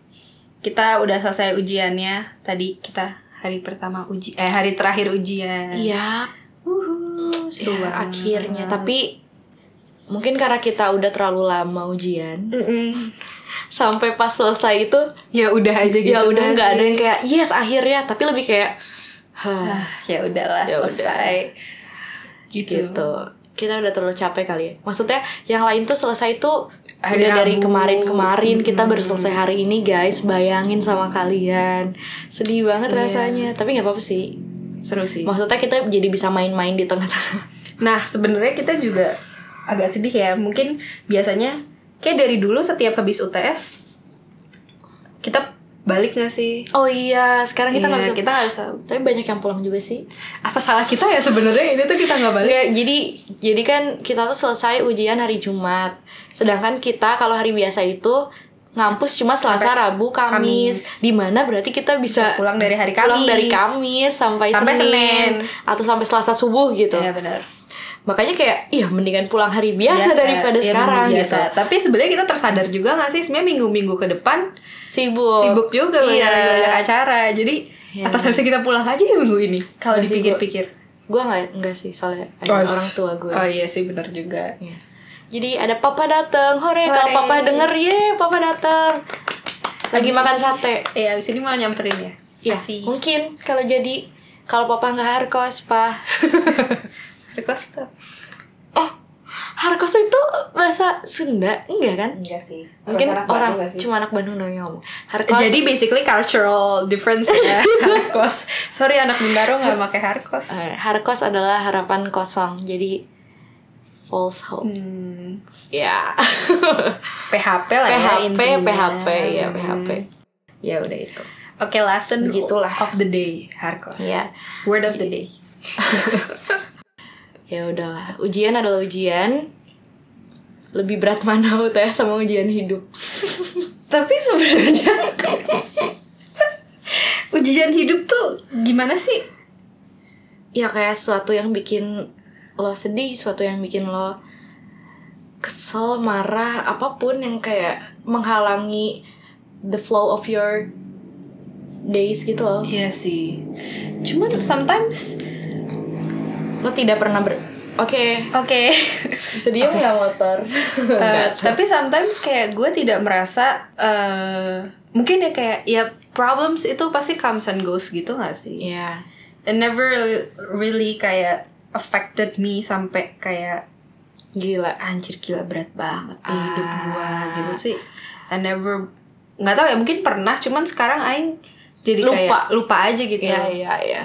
Speaker 1: kita udah selesai ujiannya. Tadi kita hari pertama uji eh hari terakhir ujian.
Speaker 2: Iya,
Speaker 1: Wuhu, seru
Speaker 2: ya,
Speaker 1: banget.
Speaker 2: akhirnya. Tapi mungkin karena kita udah terlalu lama ujian,
Speaker 1: Mm-mm.
Speaker 2: sampai pas selesai itu
Speaker 1: Ya udah aja gitu.
Speaker 2: ya udah nggak ada
Speaker 1: sih?
Speaker 2: yang kayak yes akhirnya tapi lebih kayak hah
Speaker 1: Ah, ya udahlah
Speaker 2: Ya udah.
Speaker 1: selesai.
Speaker 2: gitu. kita udah terlalu capek kali ya maksudnya yang lain tuh selesai tuh
Speaker 1: Hari
Speaker 2: udah dari
Speaker 1: Rabu.
Speaker 2: kemarin-kemarin kita baru selesai hari ini guys bayangin sama kalian sedih banget rasanya tapi nggak apa-apa sih
Speaker 1: Seru sih.
Speaker 2: maksudnya kita jadi bisa main-main di tengah-tengah
Speaker 1: Nah, sebenarnya kita juga agak sedih ya. Mungkin biasanya kayak dari dulu setiap habis UTS kita balik gak sih?
Speaker 2: oh iya sekarang kita nggak
Speaker 1: Iya,
Speaker 2: bisa
Speaker 1: kita nggak bisa.
Speaker 2: tapi banyak yang pulang juga sih
Speaker 1: Apa salah kita ya sebenarnya ini tuh kita nggak balik?
Speaker 2: Nggak, jadi jadi kan kita tuh selesai ujian hari Jumat. Sedangkan kita kalau hari biasa itu ngampus cuma Selasa,
Speaker 1: Sampai
Speaker 2: Rabu, Kamis. Di mana berarti kita bisa
Speaker 1: Iya, Pulang dari hari Kamis.
Speaker 2: pulang dari Kamis sampai,
Speaker 1: Sampai Senin.
Speaker 2: atau sampai Selasa subuh gitu.
Speaker 1: Iya benar.
Speaker 2: Makanya kayak iya mendingan pulang hari biasa, daripada
Speaker 1: Iya,
Speaker 2: sekarang
Speaker 1: minggu
Speaker 2: gitu.
Speaker 1: Tapi sebenarnya kita tersadar juga gak sih sebenarnya minggu-minggu ke depan
Speaker 2: Sibuk.
Speaker 1: sibuk juga
Speaker 2: Iya.
Speaker 1: banyak banyak acara. Jadi
Speaker 2: Iya.
Speaker 1: apa seharusnya kita pulang aja ya minggu ini kalau
Speaker 2: Masih
Speaker 1: dipikir-pikir?
Speaker 2: Gue nggak nggak sih soalnya ada
Speaker 1: Oh.
Speaker 2: orang tua gue.
Speaker 1: Oh iya sih benar juga.
Speaker 2: Iya. Jadi ada papa dateng, hore kalau
Speaker 1: Hore.
Speaker 2: papa denger, ye papa dateng. Lagi makan sate.
Speaker 1: Iya, abis ini mau nyamperin ya.
Speaker 2: Ya,
Speaker 1: Kasih
Speaker 2: mungkin kalau jadi kalau papa nggak harkos, pa.
Speaker 1: request.
Speaker 2: oh, harkos itu bahasa Sunda enggak kan?
Speaker 3: Enggak sih.
Speaker 2: Mungkin
Speaker 3: Kalau anak
Speaker 2: orang
Speaker 3: baru nggak sih?
Speaker 2: cuma anak Bandung doang yang ngomong. Harkos.
Speaker 1: Jadi basically cultural difference ya harkos. Sorry anak Bintaro nggak pakai harkos.
Speaker 2: eh, harkos adalah harapan kosong. Jadi false hope.
Speaker 1: Hmm,
Speaker 2: Ya.
Speaker 1: PHP lah ya
Speaker 2: PHP,
Speaker 1: intinya. Hmm.
Speaker 2: PHP,
Speaker 1: iya,
Speaker 2: ya PHP. Ya udah itu.
Speaker 1: Oke, lesson
Speaker 2: Begitulah.
Speaker 1: of the day harkos.
Speaker 2: Ya.
Speaker 1: Word of the day.
Speaker 2: ya udahlah ujian adalah ujian lebih berat mana UTS sama ujian hidup
Speaker 1: Tapi sebenarnya ujian hidup tuh gimana sih?
Speaker 2: ya kayak sesuatu yang bikin lo sedih sesuatu yang bikin lo kesel marah apapun yang kayak menghalangi the flow of your days gitu loh
Speaker 1: Iya sih. Cuman sometimes
Speaker 2: lo tidak pernah ber oke
Speaker 1: oke.
Speaker 2: bisa diem nggak motor
Speaker 1: Eh,
Speaker 2: Nggak.
Speaker 1: tapi sometimes kayak gue tidak merasa eh mungkin ya kayak ya problems itu pasti comes and goes gitu gak sih?
Speaker 2: ya
Speaker 1: It never really kayak affected me sampai kayak
Speaker 2: gila
Speaker 1: anjir gila berat banget nih
Speaker 2: Ah.
Speaker 1: hidup gue gitu sih. I never nggak tahu ya mungkin pernah cuman sekarang aing jadi
Speaker 2: Lupa.
Speaker 1: kayak lupa aja gitu.
Speaker 2: ya ya ya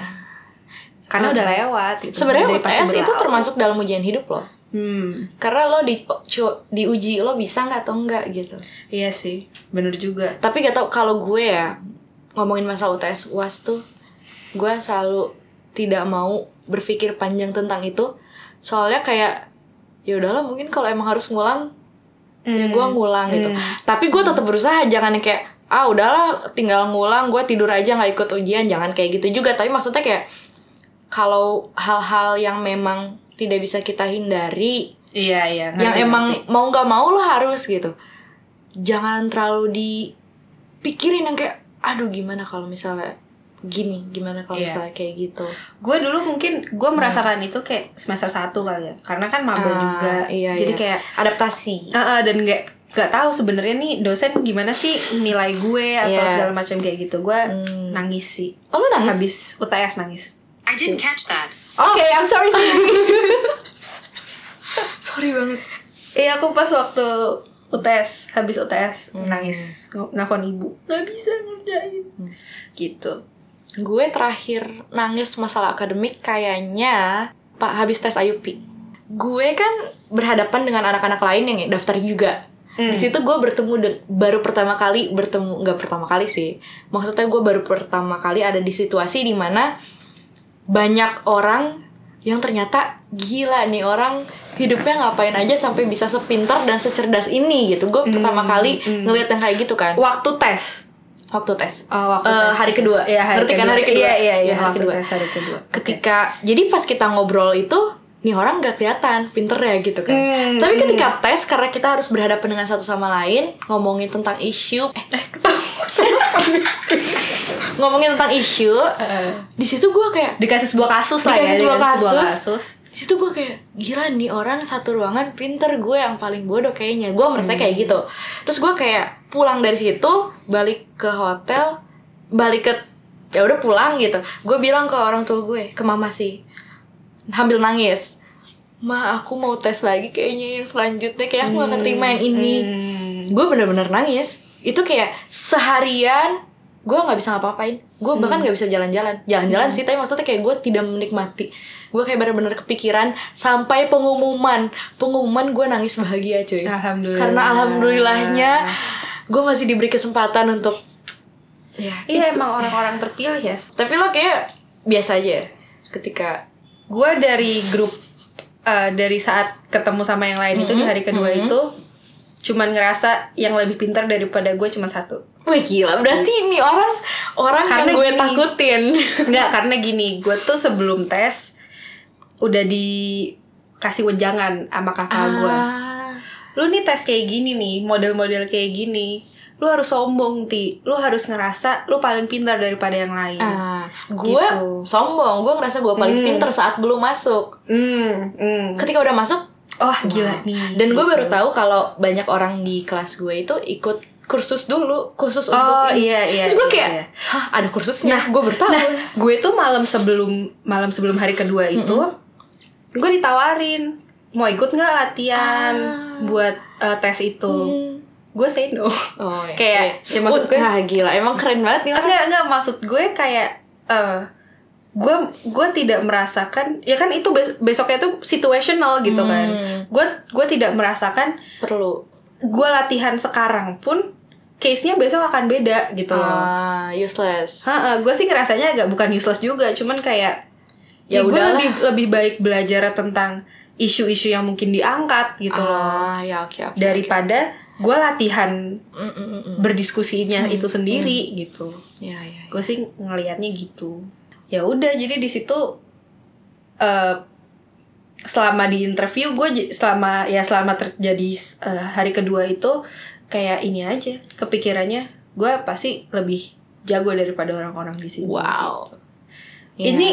Speaker 1: Karena udah lewat gitu.
Speaker 2: Ah. sebenarnya
Speaker 1: Udah pasti
Speaker 2: UTS itu
Speaker 1: berlalu.
Speaker 2: termasuk dalam ujian hidup loh
Speaker 1: Hmm,
Speaker 2: karena lo di cu- diuji lo bisa nggak atau enggak gitu
Speaker 1: iya sih. Bener juga.
Speaker 2: tapi gak tau kalau gue ya ngomongin masalah UTS uas tuh gue selalu tidak mau berpikir panjang tentang itu soalnya kayak ya udahlah mungkin kalau emang harus ngulang ya gue ngulang gitu tapi gue tetap berusaha jangan yang kayak ah udahlah tinggal ngulang gue tidur aja nggak ikut ujian jangan kayak gitu juga tapi maksudnya kayak kalau hal-hal yang memang tidak bisa kita hindari
Speaker 1: Iya iya.
Speaker 2: yang
Speaker 1: ngerti,
Speaker 2: emang
Speaker 1: ngerti.
Speaker 2: mau nggak mau lo harus gitu jangan terlalu dipikirin yang kayak aduh gimana kalau misalnya gini gimana kalau
Speaker 1: Iya.
Speaker 2: misalnya kayak gitu
Speaker 1: gue dulu mungkin gue merasakan itu kayak semester 1 kali ya karena kan maba
Speaker 2: Nah. Ah,
Speaker 1: juga
Speaker 2: iya,
Speaker 1: jadi
Speaker 2: iya.
Speaker 1: kayak
Speaker 3: adaptasi.
Speaker 1: "Ah, ah," dan nggak nggak tahu sebenarnya nih dosen gimana sih nilai gue atau
Speaker 2: Iya.
Speaker 1: segala macam kayak gitu gue
Speaker 2: Hmm.
Speaker 1: nangis sih
Speaker 2: oh lo nangis
Speaker 1: habis UTS nangis
Speaker 4: I didn't catch that.
Speaker 1: oke I'm sorry sih
Speaker 2: sorry banget
Speaker 1: iya aku pas waktu UTS habis UTS
Speaker 2: Hmm.
Speaker 1: nangis nelfon ibu nggak bisa ngerjain
Speaker 2: Hmm.
Speaker 1: gitu
Speaker 2: gue terakhir nangis masalah akademik kayaknya pak habis tes IUP gue kan berhadapan dengan anak-anak lain yang daftar juga di situ gue bertemu de- baru pertama kali bertemu nggak pertama kali sih maksudnya gue baru pertama kali ada di situasi dimana banyak orang yang ternyata gila nih orang hidupnya ngapain aja sampai bisa sepintar dan secerdas ini gitu gue pertama kali ngelihat yang kayak gitu kan
Speaker 1: waktu tes
Speaker 2: waktu tes
Speaker 1: oh, waktu
Speaker 2: Eh,
Speaker 1: tes.
Speaker 2: hari kedua.
Speaker 1: Iya, hari
Speaker 2: Ngerti kan
Speaker 1: kedua.
Speaker 2: hari kedua?
Speaker 1: iya iya iya
Speaker 2: Iya, hari
Speaker 1: waktu
Speaker 2: kedua.
Speaker 1: tes hari kedua Oke.
Speaker 2: ketika jadi pas kita ngobrol itu nih orang nggak kelihatan pinternya gitu kan
Speaker 1: Hmm,
Speaker 2: tapi ketika tes karena kita harus berhadapan dengan satu sama lain ngomongin tentang isu eh, ngomongin tentang isu eh, di situ gue kayak
Speaker 1: dikasih sebuah kasus lah ya
Speaker 2: Dikasih sebuah
Speaker 1: dikasih sebuah
Speaker 2: kasus.
Speaker 1: kasus
Speaker 2: di situ gue kayak gila nih orang satu ruangan pinter gue yang paling bodoh kayaknya gue merasa kayak gitu terus gue kayak pulang dari situ balik ke hotel balik ke ya udah pulang gitu gue bilang ke orang tua gue ke mama sih ambil nangis ma aku mau tes lagi kayaknya yang selanjutnya kayak aku gak akan terima yang ini
Speaker 1: hmm.
Speaker 2: gue bener-bener nangis itu kayak seharian gue nggak bisa ngapa-ngapain gue bahkan
Speaker 1: Hmm.
Speaker 2: nggak bisa jalan-jalan jalan-jalan sih tapi maksudnya kayak gue tidak menikmati gue kayak bener-bener kepikiran sampai pengumuman pengumuman gue nangis bahagia cuy
Speaker 1: Alhamdulillah.
Speaker 2: karena alhamdulillahnya gue masih diberi kesempatan untuk ya
Speaker 1: Iya emang orang-orang terpilih ya.
Speaker 2: tapi lo kayak biasa aja ya ketika
Speaker 1: Gue dari grup eh, dari saat ketemu sama yang lain itu di hari kedua itu cuman ngerasa yang lebih pintar daripada gue cuman satu.
Speaker 2: Wih gila, berarti ini orang orang
Speaker 1: Hmm. Karena
Speaker 2: yang gue
Speaker 1: gini.
Speaker 2: takutin.
Speaker 1: Enggak karena gini, gue tuh sebelum tes udah dikasih wejangan sama kakak gue.
Speaker 2: Ah.
Speaker 1: Lu nih tes kayak gini nih, model-model kayak gini. Lu harus sombong, Ti. Lu harus ngerasa lu paling pintar daripada yang lain.
Speaker 2: Ah, gue
Speaker 1: Gitu.
Speaker 2: sombong, gue ngerasa gue paling pinter saat belum masuk.
Speaker 1: Hmm, hmm.
Speaker 2: Ketika udah masuk,
Speaker 1: Oh gila nih. gitu.
Speaker 2: Dan gue baru tahu kalau banyak orang di kelas gue itu ikut kursus dulu, kursus
Speaker 1: Oh
Speaker 2: untuk ini.
Speaker 1: iya iya.
Speaker 2: Terus gue
Speaker 1: iya,
Speaker 2: kayak,
Speaker 1: iya.
Speaker 2: hah ada kursusnya? gue baru tahu.
Speaker 1: Nah, gue tuh malam sebelum malam sebelum hari kedua itu, gue ditawarin mau ikut nggak latihan buat eh, tes itu.
Speaker 2: Hmm.
Speaker 1: Gue say no.
Speaker 2: oh, iya.
Speaker 1: Kayak,
Speaker 2: Iya.
Speaker 1: ya maksud gue-
Speaker 2: Wah, gila, emang keren banget nih orang.
Speaker 1: enggak enggak maksud gue kayak eh, gue gue tidak merasakan ya kan itu bes- besoknya tuh situational gitu kan. Gue gue tidak merasakan
Speaker 2: Perlu.
Speaker 1: gue latihan sekarang pun case-nya besok akan beda gitu loh.
Speaker 2: Ah, useless.
Speaker 1: gue sih ngerasanya agak bukan useless juga, cuman kayak ya,
Speaker 2: Ya
Speaker 1: gue
Speaker 2: udahlah.
Speaker 1: lebih lebih baik belajar tentang isu-isu yang mungkin diangkat gitu loh
Speaker 2: Ah, ya oke oke. hmm,
Speaker 1: daripada gue latihan
Speaker 2: Mm, mm, mm, mm.
Speaker 1: berdiskusinya itu sendiri gitu.
Speaker 2: Ya ya. ya.
Speaker 1: Gue sih ngelihatnya gitu. Ya udah, jadi di situ eh, selama di interview gue selama ya selama terjadi eh, hari kedua itu kayak ini aja kepikirannya gue pasti lebih jago daripada orang-orang di sini.
Speaker 2: Wow. Iya.
Speaker 1: Ini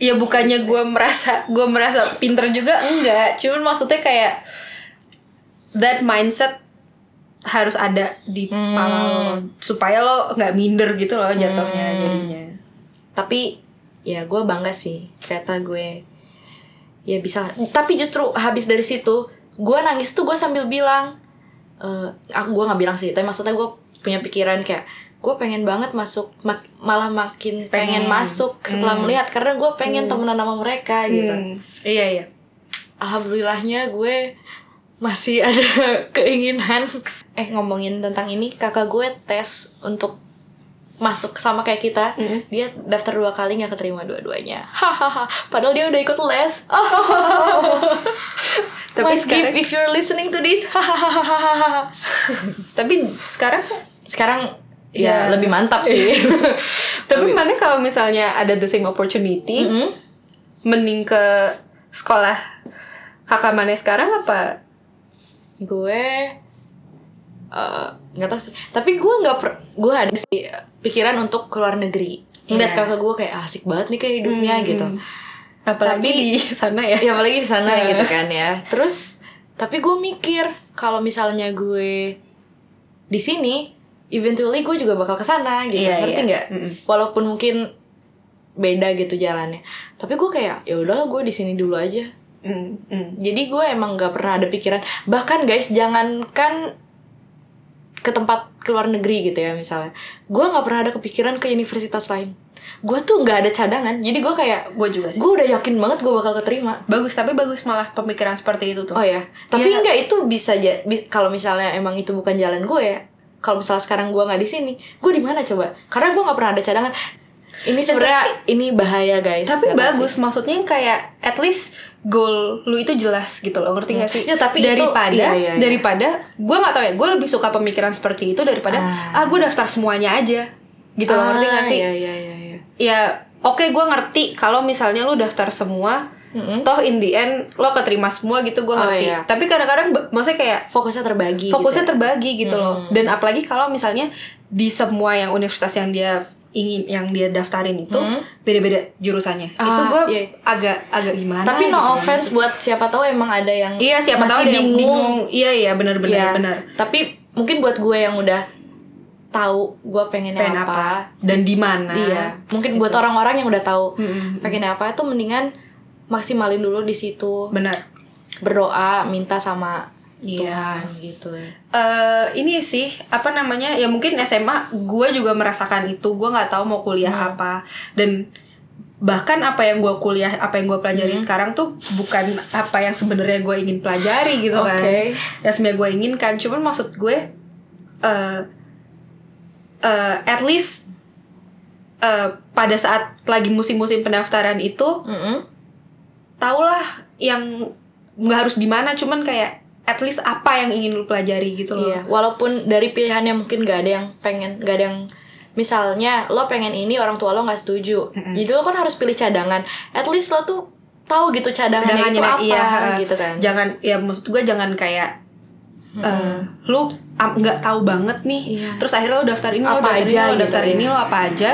Speaker 1: ya bukannya gue merasa gue merasa pinter juga enggak, cuman maksudnya kayak that mindset harus ada di kepala lo supaya lo nggak minder gitu loh jatuhnya jadinya.
Speaker 2: tapi ya gue bangga sih ternyata gue ya bisa tapi justru habis dari situ gue nangis tuh gue sambil bilang eh aku gue nggak bilang sih tapi maksudnya gue punya pikiran kayak gue pengen banget masuk mak- malah makin
Speaker 1: Pengen.
Speaker 2: pengen, masuk setelah melihat karena gue pengen temenan sama mereka gitu
Speaker 1: Hmm, iya iya.
Speaker 2: alhamdulillahnya gue masih ada keinginan eh ngomongin tentang ini kakak gue tes untuk masuk sama kayak kita dia daftar dua kali nggak keterima dua-duanya hahaha padahal dia udah ikut les
Speaker 1: Tapi
Speaker 2: tapi skip
Speaker 1: sekarang-
Speaker 2: if you're listening to this hahaha
Speaker 1: Tapi sekarang
Speaker 2: sekarang ya,
Speaker 1: Ya.
Speaker 2: lebih mantap sih
Speaker 1: tapi Hmm. mana kalau misalnya ada the same opportunity,
Speaker 2: Mm-mm.
Speaker 1: mending ke sekolah kakak mana sekarang apa?
Speaker 2: gue eh, nggak tahu sih tapi gue nggak per- gue ada sih eh, pikiran untuk keluar negeri ngeliat
Speaker 1: Iya.
Speaker 2: kakak gue kayak "Ah, asik banget nih kayak hidupnya gitu
Speaker 1: Apalagi di
Speaker 2: Tapi-
Speaker 1: sana Hmm. ya.
Speaker 2: ya apalagi di sana
Speaker 1: Iya.
Speaker 2: gitu kan ya terus tapi gue mikir kalau misalnya gue di sini eventually gue juga bakal ke sana gitu
Speaker 1: Iya,
Speaker 2: ngerti
Speaker 1: iya.
Speaker 2: nggak
Speaker 1: Mm-mm.
Speaker 2: walaupun mungkin beda gitu jalannya tapi gue kayak ya udahlah gue di sini dulu aja
Speaker 1: Mm, mm.
Speaker 2: jadi gue emang gak pernah ada pikiran bahkan guys jangankan ke tempat ke luar negeri gitu ya misalnya gue nggak pernah ada kepikiran ke universitas lain gue tuh nggak ada cadangan jadi gue kayak
Speaker 1: Gue juga sih.
Speaker 2: gue udah yakin banget gue bakal keterima
Speaker 1: Bagus tapi bagus malah pemikiran seperti itu tuh.
Speaker 2: oh ya tapi
Speaker 1: Iya.
Speaker 2: nggak itu bisa ja- bi- kalau misalnya emang itu bukan jalan gue ya kalau misalnya sekarang gue nggak di sini gue di mana coba karena gue nggak pernah ada cadangan ini sebenarnya ini bahaya guys
Speaker 1: tapi
Speaker 2: Nggak tahu sih.
Speaker 1: bagus maksudnya yang kayak at least goal lu itu jelas gitu loh ngerti gak sih
Speaker 2: Ya, tapi itu-
Speaker 1: daripada
Speaker 2: iya, iya, iya.
Speaker 1: daripada gue nggak tahu ya gue lebih suka pemikiran seperti itu daripada
Speaker 2: Ah.
Speaker 1: ah, gue daftar semuanya aja gitu loh
Speaker 2: Ah,
Speaker 1: ngerti gak sih
Speaker 2: iya, iya, iya, iya.
Speaker 1: ya oke gue ngerti kalau misalnya lu daftar semua
Speaker 2: Mm-mm.
Speaker 1: toh in the end lo keterima semua gitu gue
Speaker 2: Oh,
Speaker 1: ngerti
Speaker 2: iya.
Speaker 1: tapi kadang-kadang ba- maksudnya kayak
Speaker 2: fokusnya terbagi
Speaker 1: fokusnya
Speaker 2: gitu. Hmm.
Speaker 1: terbagi gitu loh dan apalagi kalau misalnya di semua yang universitas yang dia ingin yang dia daftarin itu
Speaker 2: Hmm.
Speaker 1: beda-beda jurusannya itu
Speaker 2: Ah,
Speaker 1: gue
Speaker 2: iya.
Speaker 1: agak agak gimana
Speaker 2: Tapi
Speaker 1: gitu.
Speaker 2: no offense buat siapa tahu emang ada yang
Speaker 1: iya siapa tahu ada
Speaker 2: masih
Speaker 1: yang bingung iya iya benar-benar
Speaker 2: Iya.
Speaker 1: benar
Speaker 2: Tapi mungkin buat gue yang udah tahu gue pengennya
Speaker 1: pengen
Speaker 2: apa, Iya.
Speaker 1: apa Nah, gitu. dan di mana
Speaker 2: dia mungkin buat orang-orang yang udah tahu pengennya apa itu mendingan maksimalin dulu di situ
Speaker 1: benar
Speaker 2: berdoa minta sama
Speaker 1: Iya.
Speaker 2: Tuhan gitu ya.
Speaker 1: eh ini sih apa namanya ya mungkin SMA gue juga merasakan itu gue nggak tahu mau kuliah
Speaker 2: Hmm.
Speaker 1: apa dan bahkan apa yang gue kuliah apa yang gue pelajari
Speaker 2: Hmm.
Speaker 1: sekarang tuh bukan apa yang sebenarnya gue ingin pelajari gitu kan
Speaker 2: Oke.
Speaker 1: yang sebenarnya gue inginkan cuman maksud gue eh eh, at least eh, pada saat lagi musim-musim pendaftaran itu
Speaker 2: Mm-mm.
Speaker 1: tahulah yang nggak harus di mana cuman kayak at least apa yang ingin lu pelajari gitu loh
Speaker 2: Iya, walaupun dari pilihannya mungkin gak ada yang pengen, gak ada yang misalnya lo pengen ini orang tua lo nggak setuju, jadi lo kan harus pilih cadangan. At least lo tuh tahu gitu cadangannya itu
Speaker 1: jangan
Speaker 2: apa
Speaker 1: ya, iya,
Speaker 2: gitu kan.
Speaker 1: jangan ya maksud gue jangan kayak eh, lu am- nggak tahu banget nih
Speaker 2: Iya.
Speaker 1: terus akhirnya lo daftar ini lo
Speaker 2: Apa
Speaker 1: daftar
Speaker 2: aja
Speaker 1: ini lo
Speaker 2: gitu,
Speaker 1: daftar
Speaker 2: iya.
Speaker 1: ini lo apa aja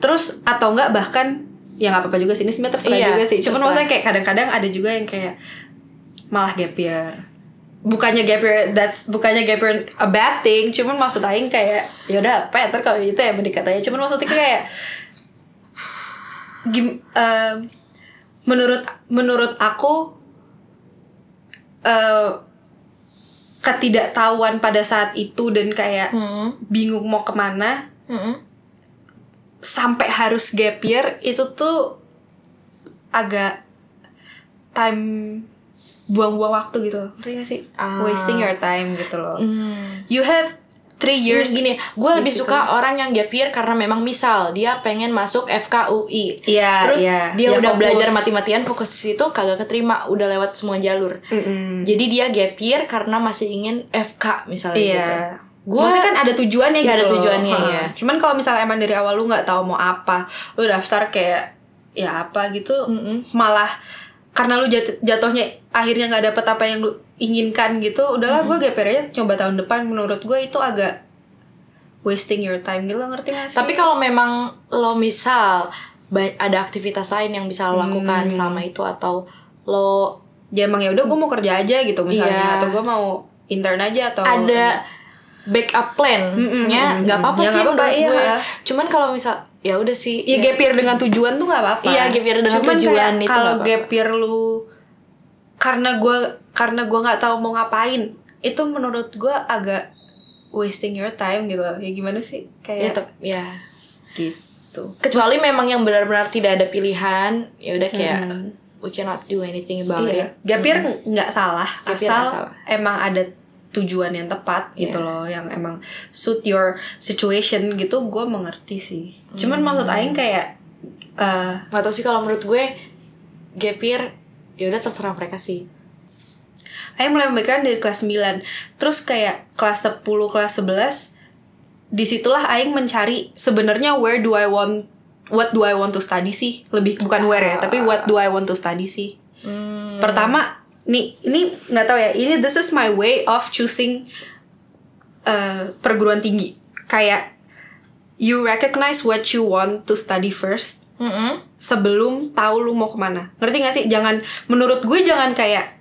Speaker 1: terus atau enggak bahkan ya nggak apa-apa juga sih ini sebenarnya terserah
Speaker 2: Iya,
Speaker 1: juga sih cuman
Speaker 2: terserah.
Speaker 1: maksudnya kayak kadang-kadang ada juga yang kayak malah gap year bukannya gap year that's bukannya gap year a bad thing cuman maksud aing kayak ya udah apa ya, ntar kalau itu ya mendekat aja cuman maksudnya kayak gim, eh, menurut menurut aku eh, ketidaktahuan pada saat itu dan kayak
Speaker 2: Hmm.
Speaker 1: bingung mau kemana
Speaker 2: Mm-mm.
Speaker 1: sampai harus gap year itu tuh agak time buang-buang waktu gitu loh. Ngerti gak sih?
Speaker 3: Ah.
Speaker 1: Wasting your time gitu loh.
Speaker 2: Hmm.
Speaker 1: You had three
Speaker 2: Gini,
Speaker 1: years.
Speaker 2: gini, gue lebih
Speaker 1: Basically.
Speaker 2: suka orang yang gap year karena memang misal dia pengen masuk FKUI.
Speaker 1: Iya,
Speaker 2: Terus
Speaker 1: iya.
Speaker 2: dia
Speaker 1: Ya,
Speaker 2: udah
Speaker 1: fokus.
Speaker 2: belajar mati-matian fokus di situ kagak keterima, udah lewat semua jalur.
Speaker 1: Mm-mm.
Speaker 2: Jadi dia gap year karena masih ingin FK misalnya
Speaker 1: Iya.
Speaker 2: gitu.
Speaker 1: Gua
Speaker 2: Gua-
Speaker 1: Maksudnya kan ada tujuannya
Speaker 2: Iya,
Speaker 1: gitu
Speaker 2: ada
Speaker 1: loh.
Speaker 2: tujuannya,
Speaker 1: Ha.
Speaker 2: iya.
Speaker 1: Cuman kalau misalnya emang dari awal lu nggak tahu mau apa, lu daftar kayak ya apa gitu,
Speaker 2: Mm-mm.
Speaker 1: malah karena lu jat- jatuhnya akhirnya nggak dapet apa yang lu inginkan gitu, udahlah gue GPR aja coba tahun depan. Menurut gue itu agak wasting your time gitu, lo ngerti gak sih?
Speaker 2: Tapi kan kalau memang lo misal ba- ada aktivitas lain yang bisa lo lakukan
Speaker 1: Hmm.
Speaker 2: selama itu atau lo
Speaker 1: ya emang ya udah gue mau kerja aja gitu misalnya,
Speaker 2: Iya.
Speaker 1: atau gue mau intern aja atau
Speaker 2: ada backup
Speaker 1: Mm-mm,
Speaker 2: plan-nya
Speaker 1: mm-mm,
Speaker 2: nggak apa-apa
Speaker 1: ya,
Speaker 2: sih
Speaker 1: nggak apa-apa,
Speaker 2: menurut
Speaker 1: iya.
Speaker 2: gue. Cuman kalau misal ya udah sih.
Speaker 1: Ya gap year dengan tujuan tuh gak apa-apa.
Speaker 2: Iya, gap year dengan
Speaker 1: Cuman
Speaker 2: tujuan
Speaker 1: kayak
Speaker 2: itu
Speaker 1: Kalau
Speaker 2: nggak apa-apa.
Speaker 1: gap year lu karena gua karena gua nggak tahu mau ngapain, itu menurut gua agak wasting your time gitu. loh. Ya gimana sih?
Speaker 2: ya,
Speaker 1: Kayak
Speaker 2: tep- ya.
Speaker 1: gitu.
Speaker 2: kecuali memang yang benar-benar tidak ada pilihan ya udah kayak
Speaker 1: Mm.
Speaker 2: we cannot do anything about
Speaker 1: iya.
Speaker 2: it
Speaker 1: Gap year nggak salah
Speaker 2: Gap year
Speaker 1: asal
Speaker 2: nggak salah.
Speaker 1: emang ada tujuan yang tepat gitu
Speaker 2: Iya.
Speaker 1: loh yang emang suit your situation gitu gua mengerti sih. Cuman maksud aing kayak eh
Speaker 2: nggak tau sih kalau menurut gue gap year ya udah terserah mereka sih
Speaker 1: Ayah mulai pemikiran dari kelas 9 Terus kayak kelas 10, kelas 11 Disitulah Aing mencari sebenarnya where do I want What do I want to study sih Lebih bukan where ya Tapi what do I want to study sih
Speaker 2: Hmm,
Speaker 1: Pertama Nih ini nggak tahu ya Ini this is my way of choosing eh, Perguruan tinggi Kayak You recognize what you want to study first Hmm.
Speaker 2: mm-mm.
Speaker 1: sebelum tahu lu mau kemana ngerti gak sih jangan menurut gue jangan kayak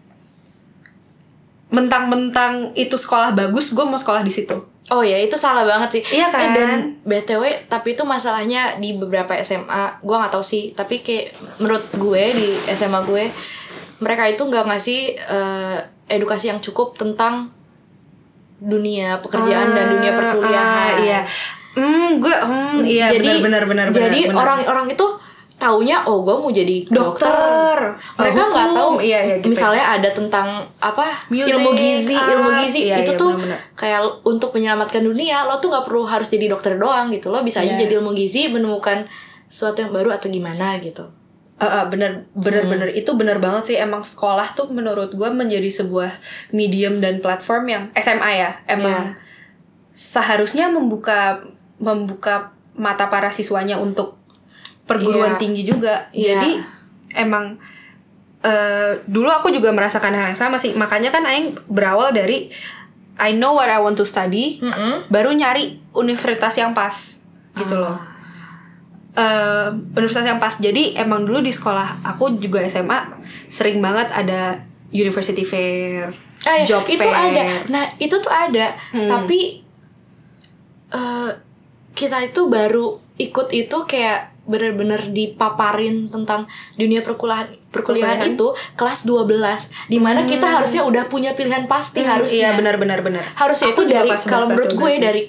Speaker 1: mentang-mentang itu sekolah bagus gue mau sekolah di situ
Speaker 2: oh ya itu salah banget sih
Speaker 1: Iya
Speaker 2: Eh,
Speaker 1: kan?
Speaker 2: dan btw tapi itu masalahnya di beberapa SMA gue nggak tahu sih tapi kayak menurut gue di SMA gue mereka itu nggak ngasih eh, edukasi yang cukup tentang dunia pekerjaan dan dunia
Speaker 1: Ah,
Speaker 2: perkuliahan
Speaker 1: ah, iya hmm gue hmm iya
Speaker 2: jadi
Speaker 1: benar benar benar
Speaker 2: jadi
Speaker 1: benar.
Speaker 2: orang-orang itu taunya oh gue mau jadi dokter,
Speaker 1: Dokter.
Speaker 2: mereka
Speaker 1: Oh,
Speaker 2: nggak
Speaker 1: hukum.
Speaker 2: tahu
Speaker 1: Iya, iya, gitu ya.
Speaker 2: misalnya ada tentang apa
Speaker 1: Music,
Speaker 2: ilmu gizi ilmu
Speaker 1: art.
Speaker 2: gizi
Speaker 1: Iya,
Speaker 2: itu
Speaker 1: iya,
Speaker 2: tuh
Speaker 1: benar-benar.
Speaker 2: kayak untuk menyelamatkan dunia lo tuh nggak perlu harus jadi dokter doang gitu lo bisa aja
Speaker 1: Iya.
Speaker 2: jadi ilmu gizi menemukan sesuatu yang baru atau gimana gitu
Speaker 1: Eh, eh, bener bener
Speaker 2: Hmm.
Speaker 1: bener itu bener banget sih emang sekolah tuh menurut gue menjadi sebuah medium dan platform yang SMA ya
Speaker 2: Iya.
Speaker 1: emang seharusnya membuka membuka mata para siswanya untuk perguruan
Speaker 2: Iya.
Speaker 1: tinggi juga
Speaker 2: Iya.
Speaker 1: jadi emang eh, dulu aku juga merasakan hal yang sama sih makanya kan Aing berawal dari I know what I want to study
Speaker 2: Mm-mm.
Speaker 1: baru nyari universitas yang pas gitu loh eh
Speaker 2: Ah.
Speaker 1: universitas yang pas jadi emang dulu di sekolah aku juga SMA sering banget ada university fair
Speaker 2: Ah, iya,
Speaker 1: job
Speaker 2: itu
Speaker 1: fair
Speaker 2: ada nah itu tuh ada
Speaker 1: Hmm.
Speaker 2: tapi eh, kita itu baru ikut itu kayak bener-bener dipaparin tentang dunia perkuliahan perkuliahan
Speaker 1: Perkuliahan. Hmm.
Speaker 2: itu kelas 12 dimana kita harusnya udah punya pilihan pasti
Speaker 1: iya
Speaker 2: harusnya
Speaker 1: benar-benar benar
Speaker 2: harusnya
Speaker 1: Aku
Speaker 2: itu
Speaker 1: juga
Speaker 2: dari
Speaker 1: kelas 11,
Speaker 2: kalau menurut
Speaker 1: kelas
Speaker 2: gue
Speaker 1: 12 sih.
Speaker 2: dari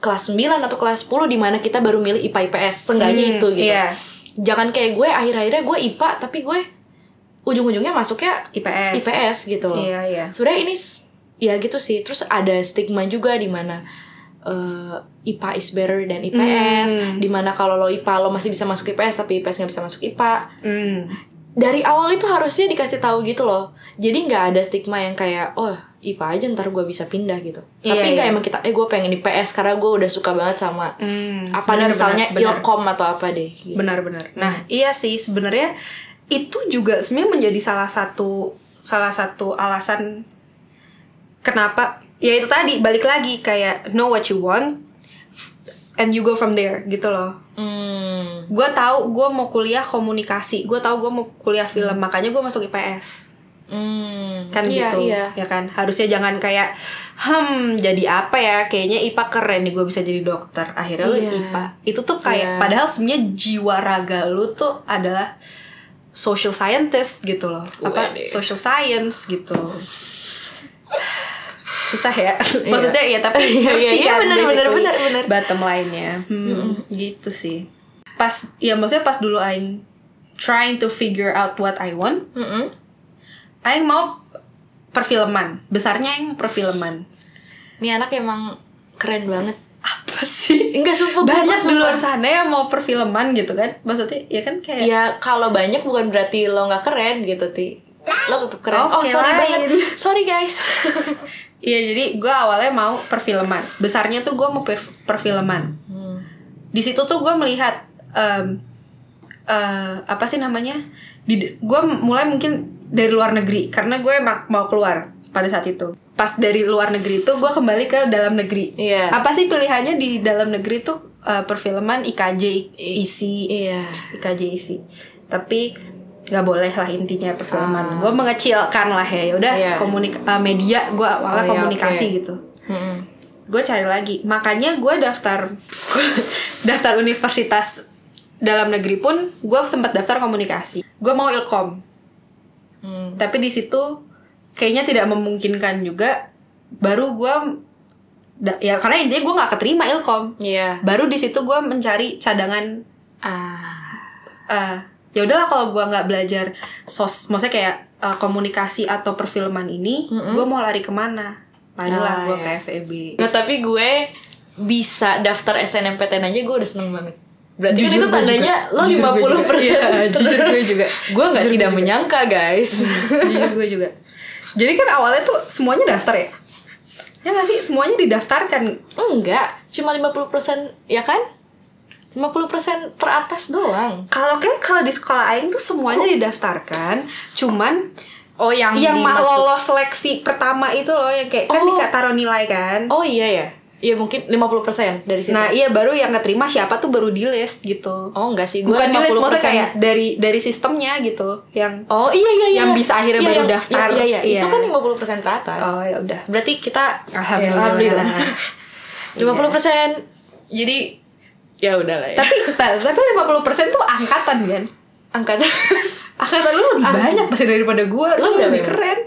Speaker 2: kelas 9 atau kelas 10 dimana kita baru milih IPA IPS seenggaknya
Speaker 1: Hmm,
Speaker 2: itu gitu
Speaker 1: iya.
Speaker 2: jangan kayak gue akhir-akhirnya gue IPA tapi gue ujung-ujungnya masuknya
Speaker 1: IPS
Speaker 2: IPS gitu loh
Speaker 1: iya iya
Speaker 2: sebenarnya ini s- ya gitu sih terus ada stigma juga di mana eh, IPA is better than IPS
Speaker 1: Hmm.
Speaker 2: di mana kalau lo IPA lo masih bisa masuk IPS tapi IPS nggak bisa masuk IPA
Speaker 1: Hmm.
Speaker 2: dari awal itu harusnya dikasih tahu gitu loh jadi nggak ada stigma yang kayak oh IPA aja ntar gue bisa pindah gitu
Speaker 1: Iya,
Speaker 2: tapi nggak
Speaker 1: iya.
Speaker 2: emang kita eh gue pengen IPS karena gue udah suka banget sama
Speaker 1: Hmm.
Speaker 2: apa nih
Speaker 1: Benar,
Speaker 2: misalnya
Speaker 1: benar, benar.
Speaker 2: ilkom atau apa deh gitu.
Speaker 1: benar-benar nah iya sih sebenarnya itu juga sebenarnya menjadi salah satu salah satu alasan kenapa ya itu tadi balik lagi kayak know what you want F- and you go from there gitu loh
Speaker 2: Hmm.
Speaker 1: gue tahu gue mau kuliah komunikasi gue tahu gue mau kuliah film makanya gue masuk IPS
Speaker 2: Hmm.
Speaker 1: kan
Speaker 2: Iya,
Speaker 1: gitu
Speaker 2: Iya.
Speaker 1: ya kan harusnya jangan kayak hmm jadi apa ya kayaknya IPA keren nih gue bisa jadi dokter akhirnya lu
Speaker 2: Iya.
Speaker 1: IPA itu tuh kayak
Speaker 2: Iya.
Speaker 1: padahal sebenarnya jiwa raga lu tuh adalah social scientist gitu loh apa
Speaker 2: Wede.
Speaker 1: social science gitu susah ya maksudnya ya tapi
Speaker 2: Iya, iya,
Speaker 1: ngerti
Speaker 2: iya,
Speaker 1: kan,
Speaker 2: bener, bener,
Speaker 1: basically
Speaker 2: bener, bener.
Speaker 1: bottom line-nya hmm, gitu sih pas ya maksudnya pas dulu Aing trying to figure out what I want
Speaker 2: Mm-mm.
Speaker 1: Aing mau perfilman besarnya Aing mau perfilman
Speaker 2: Ini anak emang keren banget.
Speaker 1: apa sih
Speaker 2: Enggak sumpah gua-
Speaker 1: banyak
Speaker 2: gua
Speaker 1: di
Speaker 2: sumpah.
Speaker 1: luar sana yang mau perfilman gitu kan maksudnya ya kan kayak
Speaker 2: Ya kalau banyak bukan berarti lo nggak keren gitu ti. Lo tetap keren.
Speaker 1: Oke,
Speaker 2: oh sorry
Speaker 1: lain.
Speaker 2: banget. Sorry guys.
Speaker 1: Iya jadi gue awalnya mau perfilman besarnya tuh gue mau perf- perfilman
Speaker 2: Hmm.
Speaker 1: di situ tuh gue melihat em, eh, apa sih namanya di gue mulai mungkin dari luar negeri karena gue ma- mau keluar pada saat itu pas dari luar negeri tuh gue kembali ke dalam negeri
Speaker 2: Iya.
Speaker 1: apa sih pilihannya di dalam negeri tuh eh, perfilman IKJ isi
Speaker 2: Iya.
Speaker 1: IKJ isi tapi nggak boleh lah intinya perfilman gue mengecilkan lah ya yaudah
Speaker 2: Ah. Iya.
Speaker 1: komunik- eh, media gue awalnya
Speaker 2: Oh, iya,
Speaker 1: komunikasi
Speaker 2: oke.
Speaker 1: gitu
Speaker 2: Mm-mm.
Speaker 1: gue cari lagi makanya gue daftar daftar universitas dalam negeri pun gue sempat daftar komunikasi gue mau ilkom
Speaker 2: Hmm.
Speaker 1: tapi di situ kayaknya tidak memungkinkan juga baru gue da- ya karena intinya gue nggak keterima ilkom
Speaker 2: Iya.
Speaker 1: baru di situ gue mencari cadangan
Speaker 2: Ah.
Speaker 1: eh ya udahlah kalau gue nggak belajar sos maksudnya kayak eh, komunikasi atau perfilman ini
Speaker 2: Mm-mm.
Speaker 1: gue mau lari kemana
Speaker 2: Ah,
Speaker 1: larilah gue
Speaker 2: iya.
Speaker 1: ke E FEB
Speaker 2: Nah tapi gue bisa daftar SNMPTN aja gue udah seneng banget. Berarti kan
Speaker 1: Jujur
Speaker 2: itu
Speaker 1: gue
Speaker 2: tandanya
Speaker 1: juga.
Speaker 2: lo
Speaker 1: Jujur gue
Speaker 2: 50 persen.
Speaker 1: juga. Iya, jujur gue juga.
Speaker 2: gue nggak
Speaker 1: Jujur
Speaker 2: tidak
Speaker 1: gue juga.
Speaker 2: menyangka guys.
Speaker 1: Jujur gue juga. Jadi kan awalnya tuh semuanya daftar ya? Ya nggak sih? Semuanya didaftarkan.
Speaker 2: Enggak, cuma 50 persen ya kan? 50 persen teratas doang.
Speaker 1: Kalau kayak kalau di sekolah Aing tuh semuanya didaftarkan. Cuman
Speaker 2: Oh yang
Speaker 1: Oh. yang mah
Speaker 2: dimaksud-
Speaker 1: lolos seleksi pertama itu loh yang kayak kan
Speaker 2: Oh.
Speaker 1: dikak taruh nilai kan.
Speaker 2: Oh iya ya. Iya mungkin 50 persen dari situ.
Speaker 1: Nah iya baru yang keterima siapa tuh baru di list gitu.
Speaker 2: oh enggak sih, gue
Speaker 1: Bukan di list maksudnya
Speaker 2: 50%.
Speaker 1: kayak dari dari sistemnya gitu yang
Speaker 2: Oh iya iya iya.
Speaker 1: Yang bisa akhirnya baru
Speaker 2: yang-
Speaker 1: daftar.
Speaker 2: Iya iya,
Speaker 1: Iya.
Speaker 2: itu kan 50 persen teratas.
Speaker 1: oh ya udah.
Speaker 2: Berarti kita
Speaker 1: Alhamdulillah.
Speaker 2: Iya. Alhamdulillah. 50 persen. Jadi ya udahlah ya.
Speaker 1: Tapi ta- tapi 50% tuh angkatan kan.
Speaker 2: angkatan
Speaker 1: Angkatan Iya, lu lebih
Speaker 2: Ang-
Speaker 1: banyak pasti daripada gue Lu
Speaker 2: Lu berapa
Speaker 1: lebih
Speaker 2: emang?
Speaker 1: keren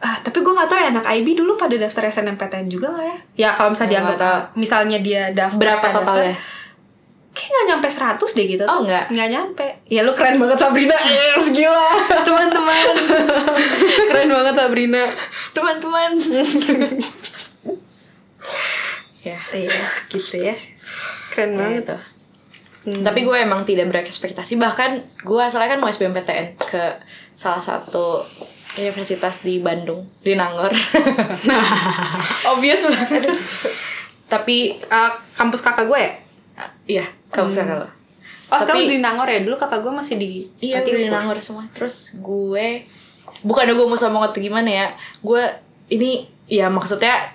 Speaker 1: Ah, tapi gue gak tau ya anak IB dulu pada daftar SNMPTN juga lah ya Ya kalau misalnya
Speaker 2: Ya,
Speaker 1: dianggap
Speaker 2: nggak
Speaker 1: Misalnya dia daftar
Speaker 2: berapa
Speaker 1: daftar,
Speaker 2: totalnya?
Speaker 1: Kayak gak nyampe 100 deh gitu
Speaker 2: Oh,
Speaker 1: tuh.
Speaker 2: nggak?
Speaker 1: Nggak nyampe Ya lu keren banget Sabrina Yes gila
Speaker 2: Teman-teman.
Speaker 1: Keren banget Sabrina
Speaker 2: Teman-teman. ya.
Speaker 1: Iya gitu ya Keren banget
Speaker 2: gitu. Tapi gue emang tidak berekspektasi bahkan gue asalnya kan mau SBMPTN ke salah satu universitas di Bandung, di Nangor. Obvious banget. Tapi
Speaker 1: Ah, Kampus kakak gue ya
Speaker 2: ah, iya, kamu sekarang lo.
Speaker 1: Oh
Speaker 2: Tapi-
Speaker 1: sekarang di Nangor ya Dulu kakak gue masih di
Speaker 2: Iya,
Speaker 1: Pati
Speaker 2: gue di
Speaker 1: Ukur.
Speaker 2: Nangor semua. Terus gue bukan gue mau sombong atau gimana ya. Gue ini ya maksudnya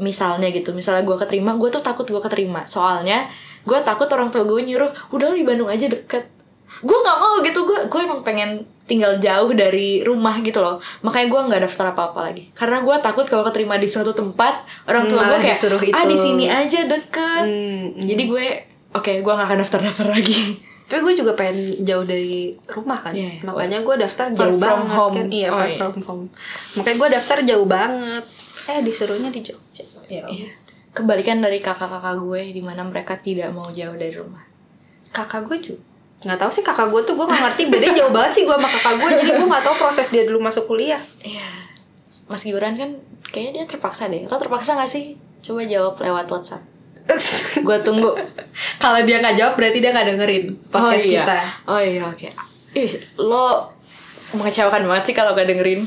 Speaker 2: misalnya gitu, misalnya gue keterima, gue tuh takut gue keterima. Soalnya gue takut orang tua gue nyuruh, udah lu di Bandung aja deket. Gue nggak mau gitu, gue gue emang pengen tinggal jauh dari rumah gitu loh. Makanya gue nggak daftar apa-apa lagi. Karena gue takut kalau keterima di suatu tempat, orang
Speaker 1: Hmm,
Speaker 2: tua
Speaker 1: Malah
Speaker 2: gue kayak
Speaker 1: disuruh
Speaker 2: ah
Speaker 1: itu."
Speaker 2: di sini aja deket.
Speaker 1: Hmm, hmm.
Speaker 2: Jadi gue oke, gue nggak akan daftar-daftar lagi.
Speaker 1: Tapi gue juga pengen jauh dari rumah kan
Speaker 2: Iya, iya.
Speaker 1: Makanya gue daftar
Speaker 2: Far
Speaker 1: jauh
Speaker 2: from
Speaker 1: banget
Speaker 2: home.
Speaker 1: kan Iya,
Speaker 2: Oh,
Speaker 1: far
Speaker 2: iya.
Speaker 1: from home Makanya gue daftar jauh banget Eh, disuruhnya di Jogja ya.
Speaker 2: Iya. Kebalikan dari kakak-kakak gue di mana mereka tidak mau jauh dari rumah.
Speaker 1: Kakak gue juga nggak tahu sih kakak gue tuh gue nggak ngerti bedanya jauh banget sih gue sama kakak gue jadi gue nggak tahu proses dia dulu masuk kuliah
Speaker 2: Iya. Mas Gibran kan kayaknya dia terpaksa deh. Lo terpaksa gak sih? Coba jawab lewat WhatsApp. Gue tunggu.
Speaker 1: kalau dia nggak jawab berarti dia nggak dengerin podcast
Speaker 2: iya.
Speaker 1: kita
Speaker 2: Oh iya, oke. Ih, lo mengecewakan banget sih kalau gak dengerin.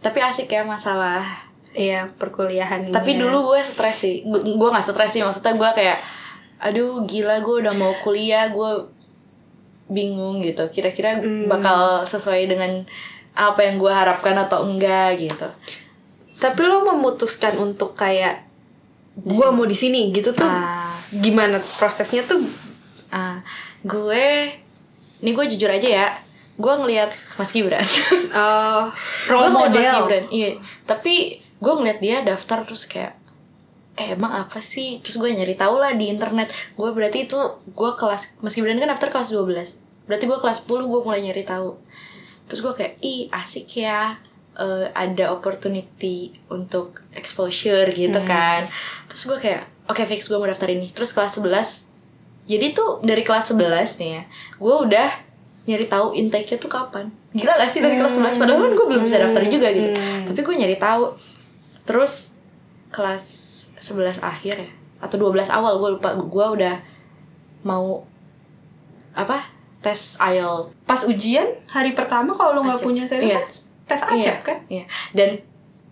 Speaker 2: Tapi asik ya masalah.
Speaker 1: iya perkuliahan
Speaker 2: Tapi dulu gue stres sih. Gu- Gue gak stres sih, maksudnya gue kayak aduh gila gue udah mau kuliah, gue bingung gitu. Kira-kira
Speaker 1: Hmm.
Speaker 2: bakal sesuai dengan apa yang gue harapkan atau enggak gitu.
Speaker 1: tapi lo memutuskan untuk kayak gua mau di sini gitu tuh
Speaker 2: Ah.
Speaker 1: gimana prosesnya tuh
Speaker 2: Ah, gue ini gue jujur aja ya. Gue ngelihat Mas Gibran.
Speaker 1: eh
Speaker 2: Gue
Speaker 1: role
Speaker 2: ngeliat Mas
Speaker 1: model
Speaker 2: Gibran. Iya. Tapi gue ngeliat dia daftar terus kayak eh, emang apa sih? Terus gue nyari tahu lah di internet. Gue berarti itu gue kelas Mas Gibran kan daftar kelas 12. Berarti gue kelas 10 gue mulai nyari tahu. Terus gue kayak ih asik ya. Eh, ada opportunity untuk exposure gitu kan. Terus gue kayak oke fix gue mau daftar ini. Terus kelas 11 jadi tuh dari kelas 11 nih ya, gue udah nyari tahu intake-nya tuh kapan. Gila gak sih dari kelas 11 padahal kan gue belum bisa daftar juga gitu. Tapi gue nyari tahu. Terus kelas 11 akhir ya atau 12 awal gue lupa gue udah mau apa? Tes IELTS
Speaker 1: pas ujian hari pertama kalau lo nggak
Speaker 2: Ajak.
Speaker 1: punya seri
Speaker 2: Iya.
Speaker 1: kan tes ajak kan
Speaker 2: Iya. Dan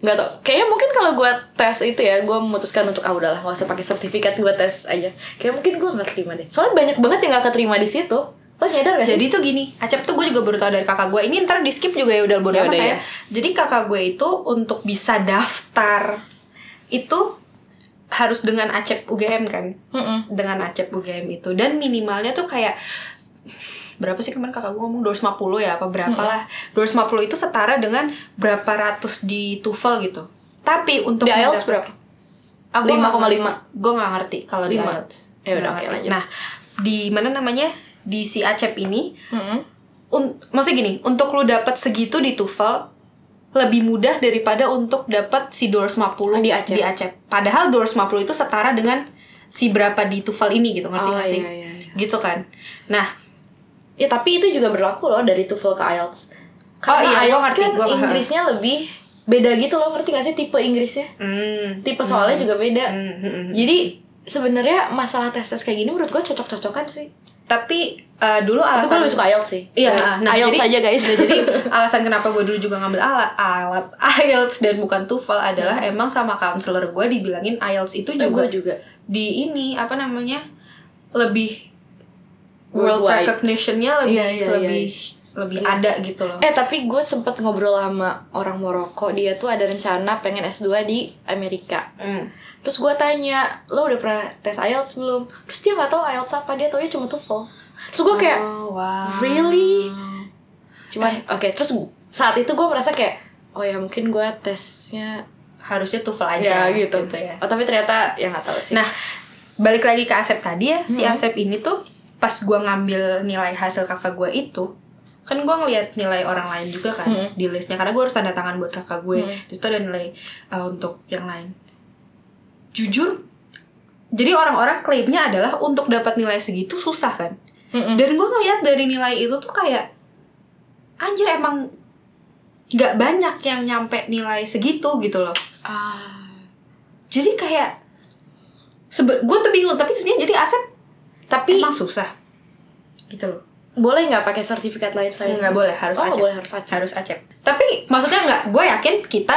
Speaker 2: nggak tau, kayaknya mungkin kalau gue tes itu ya, gue memutuskan untuk ah udahlah nggak usah pakai sertifikat gue tes aja. Kayak mungkin gue nggak terima deh. Soalnya banyak banget yang nggak keterima di situ. Lo nyadar gak
Speaker 1: Jadi tuh gini, Acep tuh gue juga baru tau dari kakak gue. Ini ntar di skip juga ya udah bodo
Speaker 2: Ya
Speaker 1: amat
Speaker 2: udah
Speaker 1: ya.
Speaker 2: ya.
Speaker 1: Jadi kakak gue itu untuk bisa daftar itu harus dengan Acep UGM kan?
Speaker 2: sih? Mm-mm.
Speaker 1: Dengan Acep UGM itu dan minimalnya tuh kayak berapa sih kemarin kakak gue ngomong 250 ya apa berapa lah 250 itu setara dengan berapa ratus di TOEFL gitu tapi untuk
Speaker 2: Di IELTS
Speaker 1: mendapat-
Speaker 2: berapa?
Speaker 1: Ah, gua
Speaker 2: 5,5.
Speaker 1: Gue gak ngerti kalau di
Speaker 2: Lima.
Speaker 1: IELTS.
Speaker 2: Ya
Speaker 1: Nggak
Speaker 2: udah, oke,
Speaker 1: ngerti.
Speaker 2: lanjut.
Speaker 1: Nah, di mana namanya? Di si Acep ini,
Speaker 2: Mm-mm.
Speaker 1: un- maksudnya gini, untuk lu dapat segitu di TOEFL lebih mudah daripada untuk dapat si 250
Speaker 2: Di Acep.
Speaker 1: Padahal 250 itu setara dengan si berapa di TOEFL ini gitu, ngerti
Speaker 2: Oh,
Speaker 1: gak sih?
Speaker 2: iya, iya, iya.
Speaker 1: Gitu kan. Nah,
Speaker 2: Ya tapi itu juga berlaku loh dari TOEFL ke IELTS. Karena
Speaker 1: iya, gua
Speaker 2: IELTS
Speaker 1: ngerti,
Speaker 2: kan
Speaker 1: gua paham.
Speaker 2: Inggrisnya lebih beda gitu loh, ngerti gak sih tipe Inggrisnya?
Speaker 1: hmm,
Speaker 2: Tipe soalnya juga beda.
Speaker 1: hmm, hmm, hmm.
Speaker 2: Jadi sebenarnya masalah tes-tes kayak gini menurut gue cocok-cocokan sih.
Speaker 1: tapi eh, dulu
Speaker 2: Tapi gue
Speaker 1: alasan
Speaker 2: lebih suka IELTS sih.
Speaker 1: Iya,
Speaker 2: Guys,
Speaker 1: nah,
Speaker 2: IELTS
Speaker 1: jadi-
Speaker 2: aja guys.
Speaker 1: Nah, jadi alasan kenapa gue dulu juga ngambil ala- alat IELTS dan bukan TOEFL adalah
Speaker 2: Iya.
Speaker 1: emang sama counselor gue dibilangin IELTS itu
Speaker 2: juga
Speaker 1: juga
Speaker 2: Eh, juga.
Speaker 1: di ini apa namanya lebih world
Speaker 2: Worldwide.
Speaker 1: recognition-nya lebih
Speaker 2: Iya, iya, iya.
Speaker 1: lebih lebih ada gitu loh.
Speaker 2: Eh tapi gue sempet ngobrol sama orang Maroko Dia tuh ada rencana pengen S2 di Amerika
Speaker 1: Mm.
Speaker 2: Terus gue tanya Lo udah pernah tes E IELTS belum? Terus dia gak tahu E IELTS apa Dia taunya cuma TOEFL Terus gue kayak
Speaker 1: Oh, wow.
Speaker 2: Really? Cuman oke Terus saat itu gue merasa kayak Oh ya mungkin gue tesnya
Speaker 1: harusnya TOEFL aja
Speaker 2: Ya gitu,
Speaker 1: ya.
Speaker 2: Oh tapi ternyata ya gak tahu sih
Speaker 1: Nah, balik lagi ke Asep tadi ya. Si Asep ini tuh pas gua ngambil nilai hasil kakak gua itu, kan gua ngeliat nilai orang lain juga kan
Speaker 2: Mm.
Speaker 1: di listnya karena gua harus tanda tangan buat kakak gue.
Speaker 2: Mm.
Speaker 1: Di situ ada nilai uh, untuk yang lain. Jujur jadi orang-orang klaimnya adalah untuk dapat nilai segitu susah kan.
Speaker 2: Mm-mm.
Speaker 1: Dan gua ngeliat dari nilai itu tuh kayak anjir emang nggak banyak yang nyampe nilai segitu gitu loh
Speaker 2: Ah.
Speaker 1: jadi kayak sebe- gue tuh bingung tapi sebenarnya jadi Asep
Speaker 2: Tapi
Speaker 1: emang susah gitu loh
Speaker 2: boleh nggak pakai sertifikat lain selain
Speaker 1: nggak
Speaker 2: IELTS?
Speaker 1: boleh harus
Speaker 2: oh,
Speaker 1: acep
Speaker 2: boleh harus acep
Speaker 1: harus acep tapi maksudnya nggak gue yakin kita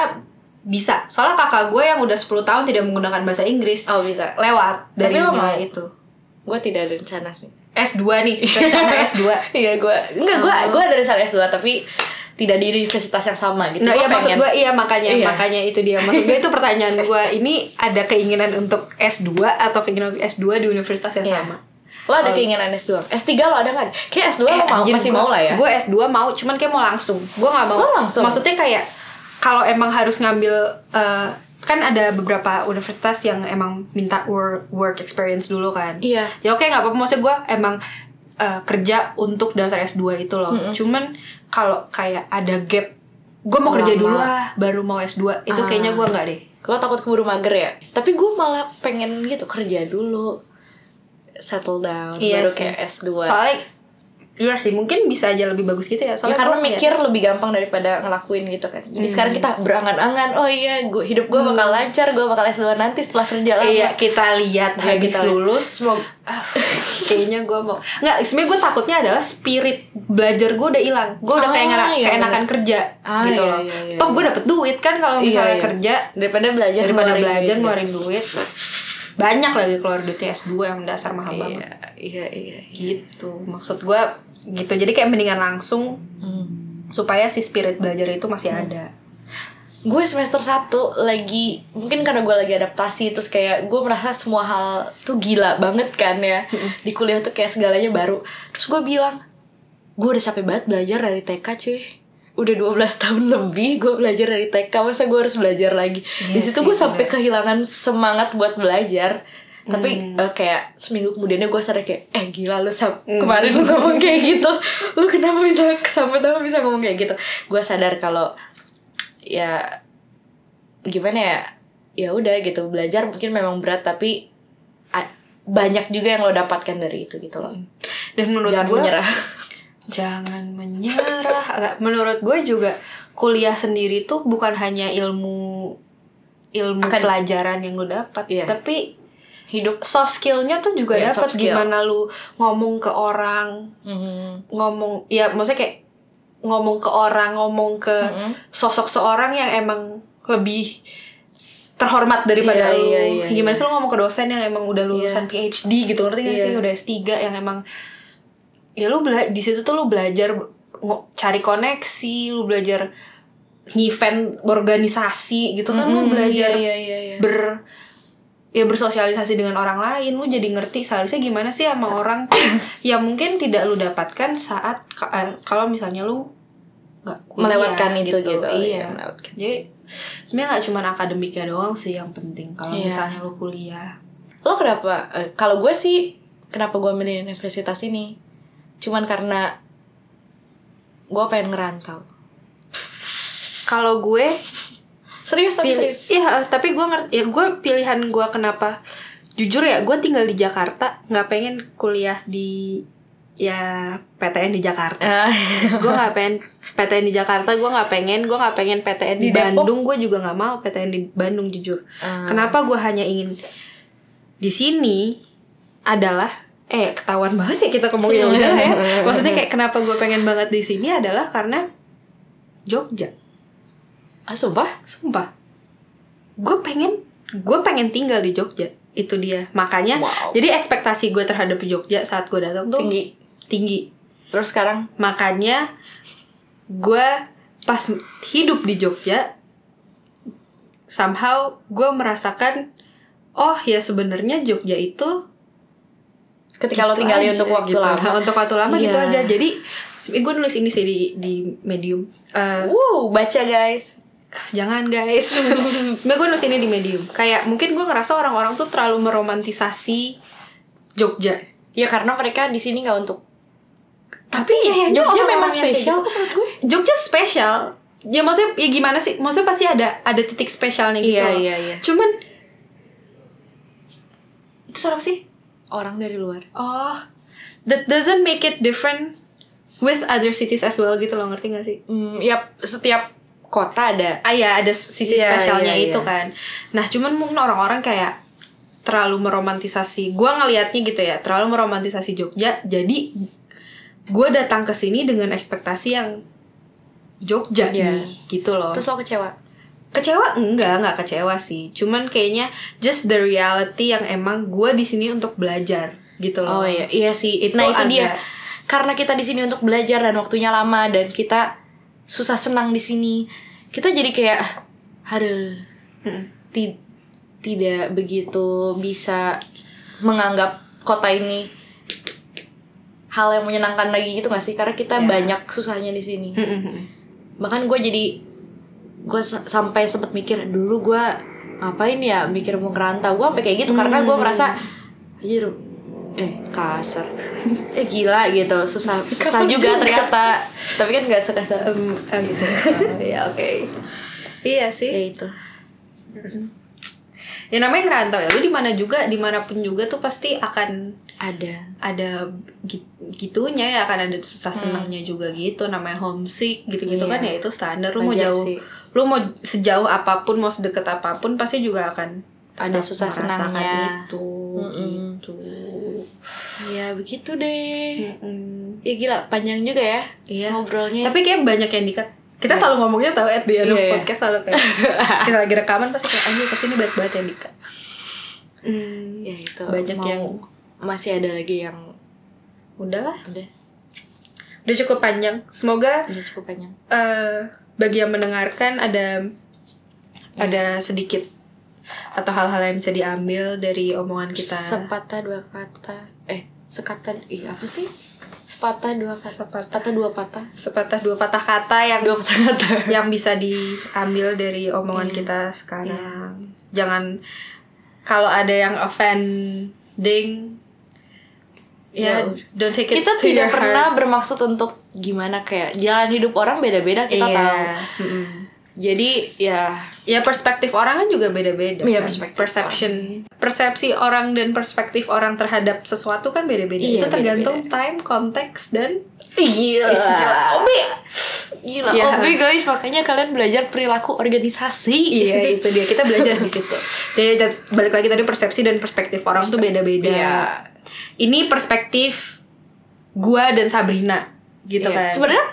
Speaker 1: bisa soalnya kakak gue yang udah 10 tahun tidak menggunakan bahasa Inggris
Speaker 2: Oh bisa
Speaker 1: lewat
Speaker 2: Tapi
Speaker 1: dari
Speaker 2: lo
Speaker 1: nilai
Speaker 2: mau?
Speaker 1: itu
Speaker 2: Gue tidak ada rencana sih
Speaker 1: S2 nih rencana Oh. S2
Speaker 2: Iya gue Enggak gue Gue ada rencana S2 Tapi Tidak di universitas yang sama gitu
Speaker 1: Nah,
Speaker 2: Gua
Speaker 1: iya maksud
Speaker 2: pengen-
Speaker 1: gue iya makanya
Speaker 2: Iya.
Speaker 1: makanya itu dia maksud gue itu pertanyaan gue ini ada keinginan untuk S2 atau keinginan untuk S2 di universitas yang
Speaker 2: Iya.
Speaker 1: sama
Speaker 2: Lo
Speaker 1: Oh.
Speaker 2: ada keinginan S2 S3 lo ada gak? Kayak S2
Speaker 1: Eh,
Speaker 2: lo mau, masih mau lah ya
Speaker 1: Gue S2 mau, cuman kayak mau langsung. Gue nggak mau.
Speaker 2: Lo langsung?
Speaker 1: Maksudnya kayak kalau emang harus ngambil eh, kan ada beberapa universitas yang emang minta work, work experience dulu kan.
Speaker 2: Iya.
Speaker 1: Ya oke nggak apa-apa. Maksudnya gue emang eh, kerja untuk daftar S2 itu loh. Cuman kalau kayak ada gap, gue mau kerja
Speaker 2: Lama.
Speaker 1: dulu ah, baru mau S2
Speaker 2: Ah.
Speaker 1: itu kayaknya gue nggak deh.
Speaker 2: Lo takut keburu mager ya Tapi gue malah pengen gitu Kerja dulu Settle down Baru
Speaker 1: Iya sih.
Speaker 2: kayak Ya, S2
Speaker 1: Soalnya Iya sih, mungkin bisa aja lebih bagus gitu ya.
Speaker 2: Ya,
Speaker 1: Soalnya gua-
Speaker 2: karena
Speaker 1: Hmm.
Speaker 2: mikir lebih gampang daripada ngelakuin gitu kan Jadi sekarang kita berangan-angan Oh iya gua, hidup gue bakal lancar Gue bakal S2 nanti setelah kerja lama
Speaker 1: Iya kita lihat
Speaker 2: Iya,
Speaker 1: habis
Speaker 2: kita lihat.
Speaker 1: lulus
Speaker 2: Semoga
Speaker 1: Ah, kayaknya gue mau nggak sebenarnya gue takutnya adalah spirit belajar gue udah hilang gue udah kayak
Speaker 2: Ah,
Speaker 1: ngera-
Speaker 2: iya,
Speaker 1: keenakan kerja
Speaker 2: Ah,
Speaker 1: gitu
Speaker 2: iya,
Speaker 1: loh
Speaker 2: iya, iya.
Speaker 1: toh gue dapet duit kan kalau
Speaker 2: Iya,
Speaker 1: misalnya
Speaker 2: iya.
Speaker 1: kerja
Speaker 2: Daripada belajar
Speaker 1: daripada
Speaker 2: ngeluarin
Speaker 1: belajar
Speaker 2: duit, gitu.
Speaker 1: ngeluarin duit banyak lagi keluar duitnya S2 yang dasar mahal banget
Speaker 2: Iya, iya, iya.
Speaker 1: gitu maksud gue gitu
Speaker 2: Hmm.
Speaker 1: jadi kayak mendingan langsung supaya si spirit belajar itu masih ada
Speaker 2: gue semester 1 lagi mungkin karena gue lagi adaptasi terus kayak gue merasa semua hal tuh gila banget kan ya di kuliah tuh kayak segalanya baru terus gue bilang gue udah capek banget belajar dari TK cuy udah 12 tahun lebih gue belajar dari TK masa gue harus belajar lagi di situ gue sampai kehilangan semangat buat belajar tapi
Speaker 1: Hmm.
Speaker 2: eh, kayak seminggu kemudiannya gue sadar kayak eh gila lu sam- kemarin lu ngomong kayak gitu lu kenapa bisa sampai tahu bisa ngomong kayak gitu gue sadar kalau ya gimana ya ya udah gitu belajar mungkin memang berat tapi a- banyak juga yang lo dapatkan dari itu gitu loh
Speaker 1: Dan menurut
Speaker 2: jangan
Speaker 1: gue
Speaker 2: menyerah
Speaker 1: jangan menyerah Agak- menurut gue juga kuliah sendiri tuh bukan hanya ilmu ilmu
Speaker 2: Akan-
Speaker 1: pelajaran yang lu dapat
Speaker 2: Iya.
Speaker 1: tapi
Speaker 2: hidup
Speaker 1: soft skillnya tuh juga
Speaker 2: Iya,
Speaker 1: dapat
Speaker 2: soft skill.
Speaker 1: gimana lu ngomong ke orang
Speaker 2: Mhm.
Speaker 1: ngomong ya maksudnya kayak ngomong ke orang ngomong ke
Speaker 2: Mhm.
Speaker 1: sosok seorang yang emang lebih terhormat daripada
Speaker 2: Iya,
Speaker 1: lu
Speaker 2: iya, iya,
Speaker 1: gimana
Speaker 2: iya.
Speaker 1: sih lu ngomong ke dosen yang emang udah lulusan PhD gitu ngerti gak
Speaker 2: Iya.
Speaker 1: sih udah S3 yang emang ya lu bela di situ tuh lu belajar ngo- cari koneksi lu belajar event organisasi gitu kan lu
Speaker 2: Mhm,
Speaker 1: belajar
Speaker 2: iya, iya, iya, iya.
Speaker 1: ber ya bersosialisasi dengan orang lain lu jadi ngerti seharusnya gimana sih sama orang ya mungkin tidak lu dapatkan saat ka- eh, kalau misalnya lu nggak kuliah
Speaker 2: melewatkan itu gitu,
Speaker 1: iya
Speaker 2: melewatkan.
Speaker 1: jadi sebenarnya nggak cuma akademiknya doang sih yang penting kalau
Speaker 2: Iya.
Speaker 1: misalnya lu kuliah
Speaker 2: lo kenapa eh, kalau gue sih kenapa gue milih universitas ini cuman karena gue pengen ngerantau
Speaker 1: kalau gue
Speaker 2: serius tapi
Speaker 1: pilih
Speaker 2: serius
Speaker 1: iya eh, tapi gue ngerti ya gue pilihan gue kenapa jujur ya gue tinggal di Jakarta nggak pengen kuliah di ya PTN di Jakarta
Speaker 2: Ah,
Speaker 1: gue nggak pengen PTN di Jakarta gue nggak pengen gue nggak pengen PTN di,
Speaker 2: Di Depok.
Speaker 1: Bandung gue juga nggak mau PTN di Bandung jujur
Speaker 2: Ah.
Speaker 1: kenapa gue hanya ingin di sini adalah eh ketahuan banget ya kita ngomongin udah ya maksudnya kayak kenapa gue pengen banget di sini adalah karena Jogja
Speaker 2: ah sumpah
Speaker 1: sumpah gue pengen gue pengen tinggal di Jogja itu dia makanya
Speaker 2: Wow.
Speaker 1: jadi ekspektasi gue terhadap Jogja saat gue datang tuh
Speaker 2: tinggi
Speaker 1: tinggi
Speaker 2: terus sekarang
Speaker 1: makanya gue pas hidup di Jogja somehow gue merasakan oh ya sebenarnya Jogja itu
Speaker 2: ketika lo
Speaker 1: gitu
Speaker 2: tinggal di
Speaker 1: aja,
Speaker 2: untuk waktu
Speaker 1: gitu.
Speaker 2: lama
Speaker 1: Nah, untuk waktu lama gitu
Speaker 2: Iya.
Speaker 1: aja jadi gue nulis ini sih di di medium Eh,
Speaker 2: Wow, baca guys.
Speaker 1: jangan guys sebenarnya gue nulis ini di medium kayak mungkin gue ngerasa orang-orang tuh terlalu meromantisasi Jogja
Speaker 2: Ya karena mereka di sini nggak untuk
Speaker 1: tapi ya
Speaker 2: Jogja memang spesial menurut gue.
Speaker 1: Jogja spesial ya maksudnya ya gimana sih maksudnya pasti ada ada titik spesialnya gitu
Speaker 2: Iya,
Speaker 1: loh.
Speaker 2: iya, iya.
Speaker 1: cuman itu suara apa sih
Speaker 2: Orang dari luar.
Speaker 1: oh that doesn't make it different with other cities as well gitu loh ngerti gak sih
Speaker 2: Hmm, ya setiap kota ada.
Speaker 1: ah ya ada sisi
Speaker 2: Iya,
Speaker 1: spesialnya
Speaker 2: iya,
Speaker 1: itu
Speaker 2: iya.
Speaker 1: kan nah cuman mungkin orang-orang kayak terlalu meromantisasi gua ngelihatnya gitu ya terlalu meromantisasi Jogja jadi gua datang ke sini dengan ekspektasi yang Jogja nih
Speaker 2: Iya.
Speaker 1: gitu loh
Speaker 2: Terus lo kecewa.
Speaker 1: kecewa enggak enggak kecewa sih cuman kayaknya just the reality yang emang gue di sini untuk belajar gitu loh
Speaker 2: Oh iya, iya sih.
Speaker 1: Itu
Speaker 2: nah, itu dia.
Speaker 1: agak-
Speaker 2: Karena kita di sini untuk belajar dan waktunya lama dan kita susah senang di sini. Kita jadi kayak harus
Speaker 1: Hmm.
Speaker 2: tidak begitu bisa menganggap kota ini hal yang menyenangkan lagi gitu gak sih? Karena kita
Speaker 1: Iya. Hmm.
Speaker 2: banyak susahnya di sini.
Speaker 1: Mm-mm.
Speaker 2: bahkan gue jadi gue sa- sampai sempet mikir dulu gue ngapain ya mikir mau ngerantau gue sampai kayak gitu karena
Speaker 1: Hmm.
Speaker 2: gue merasa anjir eh kasar eh gila gitu susah susah
Speaker 1: Kasar
Speaker 2: juga,
Speaker 1: juga.
Speaker 2: ternyata tapi kan gak sekasar
Speaker 1: Em, ah, gitu ya Oh, iya, oke iya sih
Speaker 2: ya itu
Speaker 1: ya namanya ngerantau ya lu di mana juga dimanapun juga tuh pasti akan
Speaker 2: ada
Speaker 1: ada gi- gitunya ya akan ada susah senangnya juga gitu namanya homesick gitu-gitu
Speaker 2: Hmm. Iya.
Speaker 1: kan ya itu standar lu mau
Speaker 2: Wajar
Speaker 1: jauh
Speaker 2: sih.
Speaker 1: lu mau sejauh apapun mau sedekat apapun pasti juga akan
Speaker 2: Ada
Speaker 1: tetap
Speaker 2: susah
Speaker 1: merasakan
Speaker 2: senangnya.
Speaker 1: itu
Speaker 2: Mm-mm.
Speaker 1: gitu
Speaker 2: ya begitu deh
Speaker 1: Mm-mm.
Speaker 2: ya gila panjang juga ya
Speaker 1: Iya.
Speaker 2: ngobrolnya
Speaker 1: Tapi kayak banyak yang dikat. Kita selalu ngomongnya tahu at the end of
Speaker 2: Iya, iya.
Speaker 1: podcast selalu kayak kita lagi rekaman pasti kayak anjir pasti ini banyak banget yang dikat. Hmm,
Speaker 2: ya itu
Speaker 1: banyak
Speaker 2: mau-
Speaker 1: yang
Speaker 2: masih ada lagi yang
Speaker 1: udahlah.
Speaker 2: udah
Speaker 1: Udah cukup panjang. Semoga
Speaker 2: udah cukup panjang
Speaker 1: eh, bagi yang mendengarkan ada
Speaker 2: Iya.
Speaker 1: ada sedikit atau hal-hal yang bisa diambil dari omongan kita
Speaker 2: Sepatah dua kata. Eh, sekatan. Ih, apa sih? Sepatah dua kata.
Speaker 1: Sepatah.
Speaker 2: Patah dua patah.
Speaker 1: sepatah dua patah kata yang
Speaker 2: Dua patah kata.
Speaker 1: yang bisa diambil dari omongan
Speaker 2: Iya.
Speaker 1: kita sekarang jangan kalau ada yang offending ya
Speaker 2: Ya,
Speaker 1: don't take it
Speaker 2: kita
Speaker 1: to your
Speaker 2: tidak pernah
Speaker 1: heart.
Speaker 2: bermaksud untuk gimana kayak jalan hidup orang beda-beda kita
Speaker 1: Iya.
Speaker 2: tahu.
Speaker 1: Mm-mm.
Speaker 2: Jadi ya
Speaker 1: ya perspektif orang kan juga beda-beda
Speaker 2: Iya,
Speaker 1: kan?
Speaker 2: perspektif
Speaker 1: perception persepsi orang dan perspektif orang terhadap sesuatu kan beda-beda
Speaker 2: Iya,
Speaker 1: itu tergantung time konteks dan
Speaker 2: Gila.
Speaker 1: Is, gila obi Iya. gila
Speaker 2: ya,
Speaker 1: obi
Speaker 2: tapi guys makanya kalian belajar perilaku organisasi.
Speaker 1: Iya itu dia kita belajar di situ. Jadi dat- balik lagi tadi persepsi dan perspektif orang tuh beda-beda.
Speaker 2: Iya.
Speaker 1: Ini perspektif gua dan Sabrina gitu
Speaker 2: Iya.
Speaker 1: kan.
Speaker 2: Sebenarnya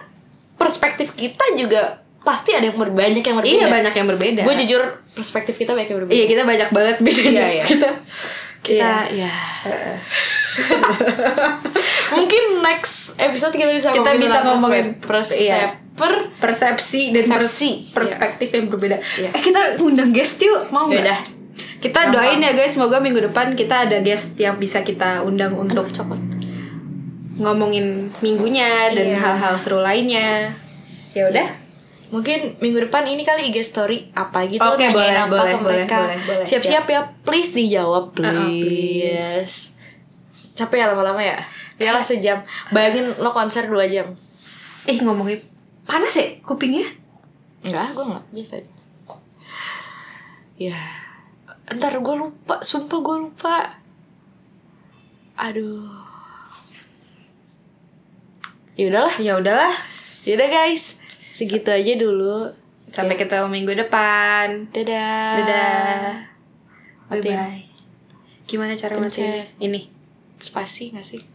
Speaker 2: perspektif kita juga pasti ada yang ber- banyak yang berbeda.
Speaker 1: iya banyak yang berbeda.
Speaker 2: Gue jujur perspektif kita banyak yang berbeda.
Speaker 1: Iya kita banyak banget bedanya
Speaker 2: Iya, iya.
Speaker 1: kita.
Speaker 2: Kita
Speaker 1: Iya.
Speaker 2: ya. Mungkin next episode kita bisa
Speaker 1: Kita
Speaker 2: ngomongin
Speaker 1: bisa
Speaker 2: tentang
Speaker 1: ngomongin,
Speaker 2: persep-
Speaker 1: iya.
Speaker 2: perseper.
Speaker 1: persepsi dan
Speaker 2: Persepsi.
Speaker 1: pers- perspektif yang berbeda.
Speaker 2: Iya.
Speaker 1: Eh kita ngundang guest yuk mau nggak?
Speaker 2: Yaudah.
Speaker 1: Kita doain ya guys semoga minggu depan kita ada guest yang bisa kita undang untuk
Speaker 2: copot.
Speaker 1: ngomongin minggunya dan
Speaker 2: Iya.
Speaker 1: hal-hal seru lainnya. Ya udah.
Speaker 2: Mungkin minggu depan ini kali IG story apa gitu
Speaker 1: Oke,
Speaker 2: nanyain
Speaker 1: boleh,
Speaker 2: apa
Speaker 1: boleh,
Speaker 2: ke mereka.
Speaker 1: boleh, boleh,
Speaker 2: Siap-siap ya, please dijawab please.
Speaker 1: Uh-uh,
Speaker 2: Capek ya lama-lama ya? Iyalah sejam. Bayangin lo konser 2 jam.
Speaker 1: Eh ngomongin panas ya kupingnya?
Speaker 2: Enggak, gue enggak biasa. aja. Ya, ntar gue lupa, sumpah gue lupa. Aduh. Ya udahlah,
Speaker 1: Ya udahlah,
Speaker 2: ya udah guys, segitu aja dulu.
Speaker 1: sampai ketemu minggu depan.
Speaker 2: Dadah.
Speaker 1: Ya. Dadah. Bye
Speaker 2: Matiin.
Speaker 1: bye. Gimana cara
Speaker 2: Pencet.
Speaker 1: matiinnya? Ini.
Speaker 2: Spasi gak sih?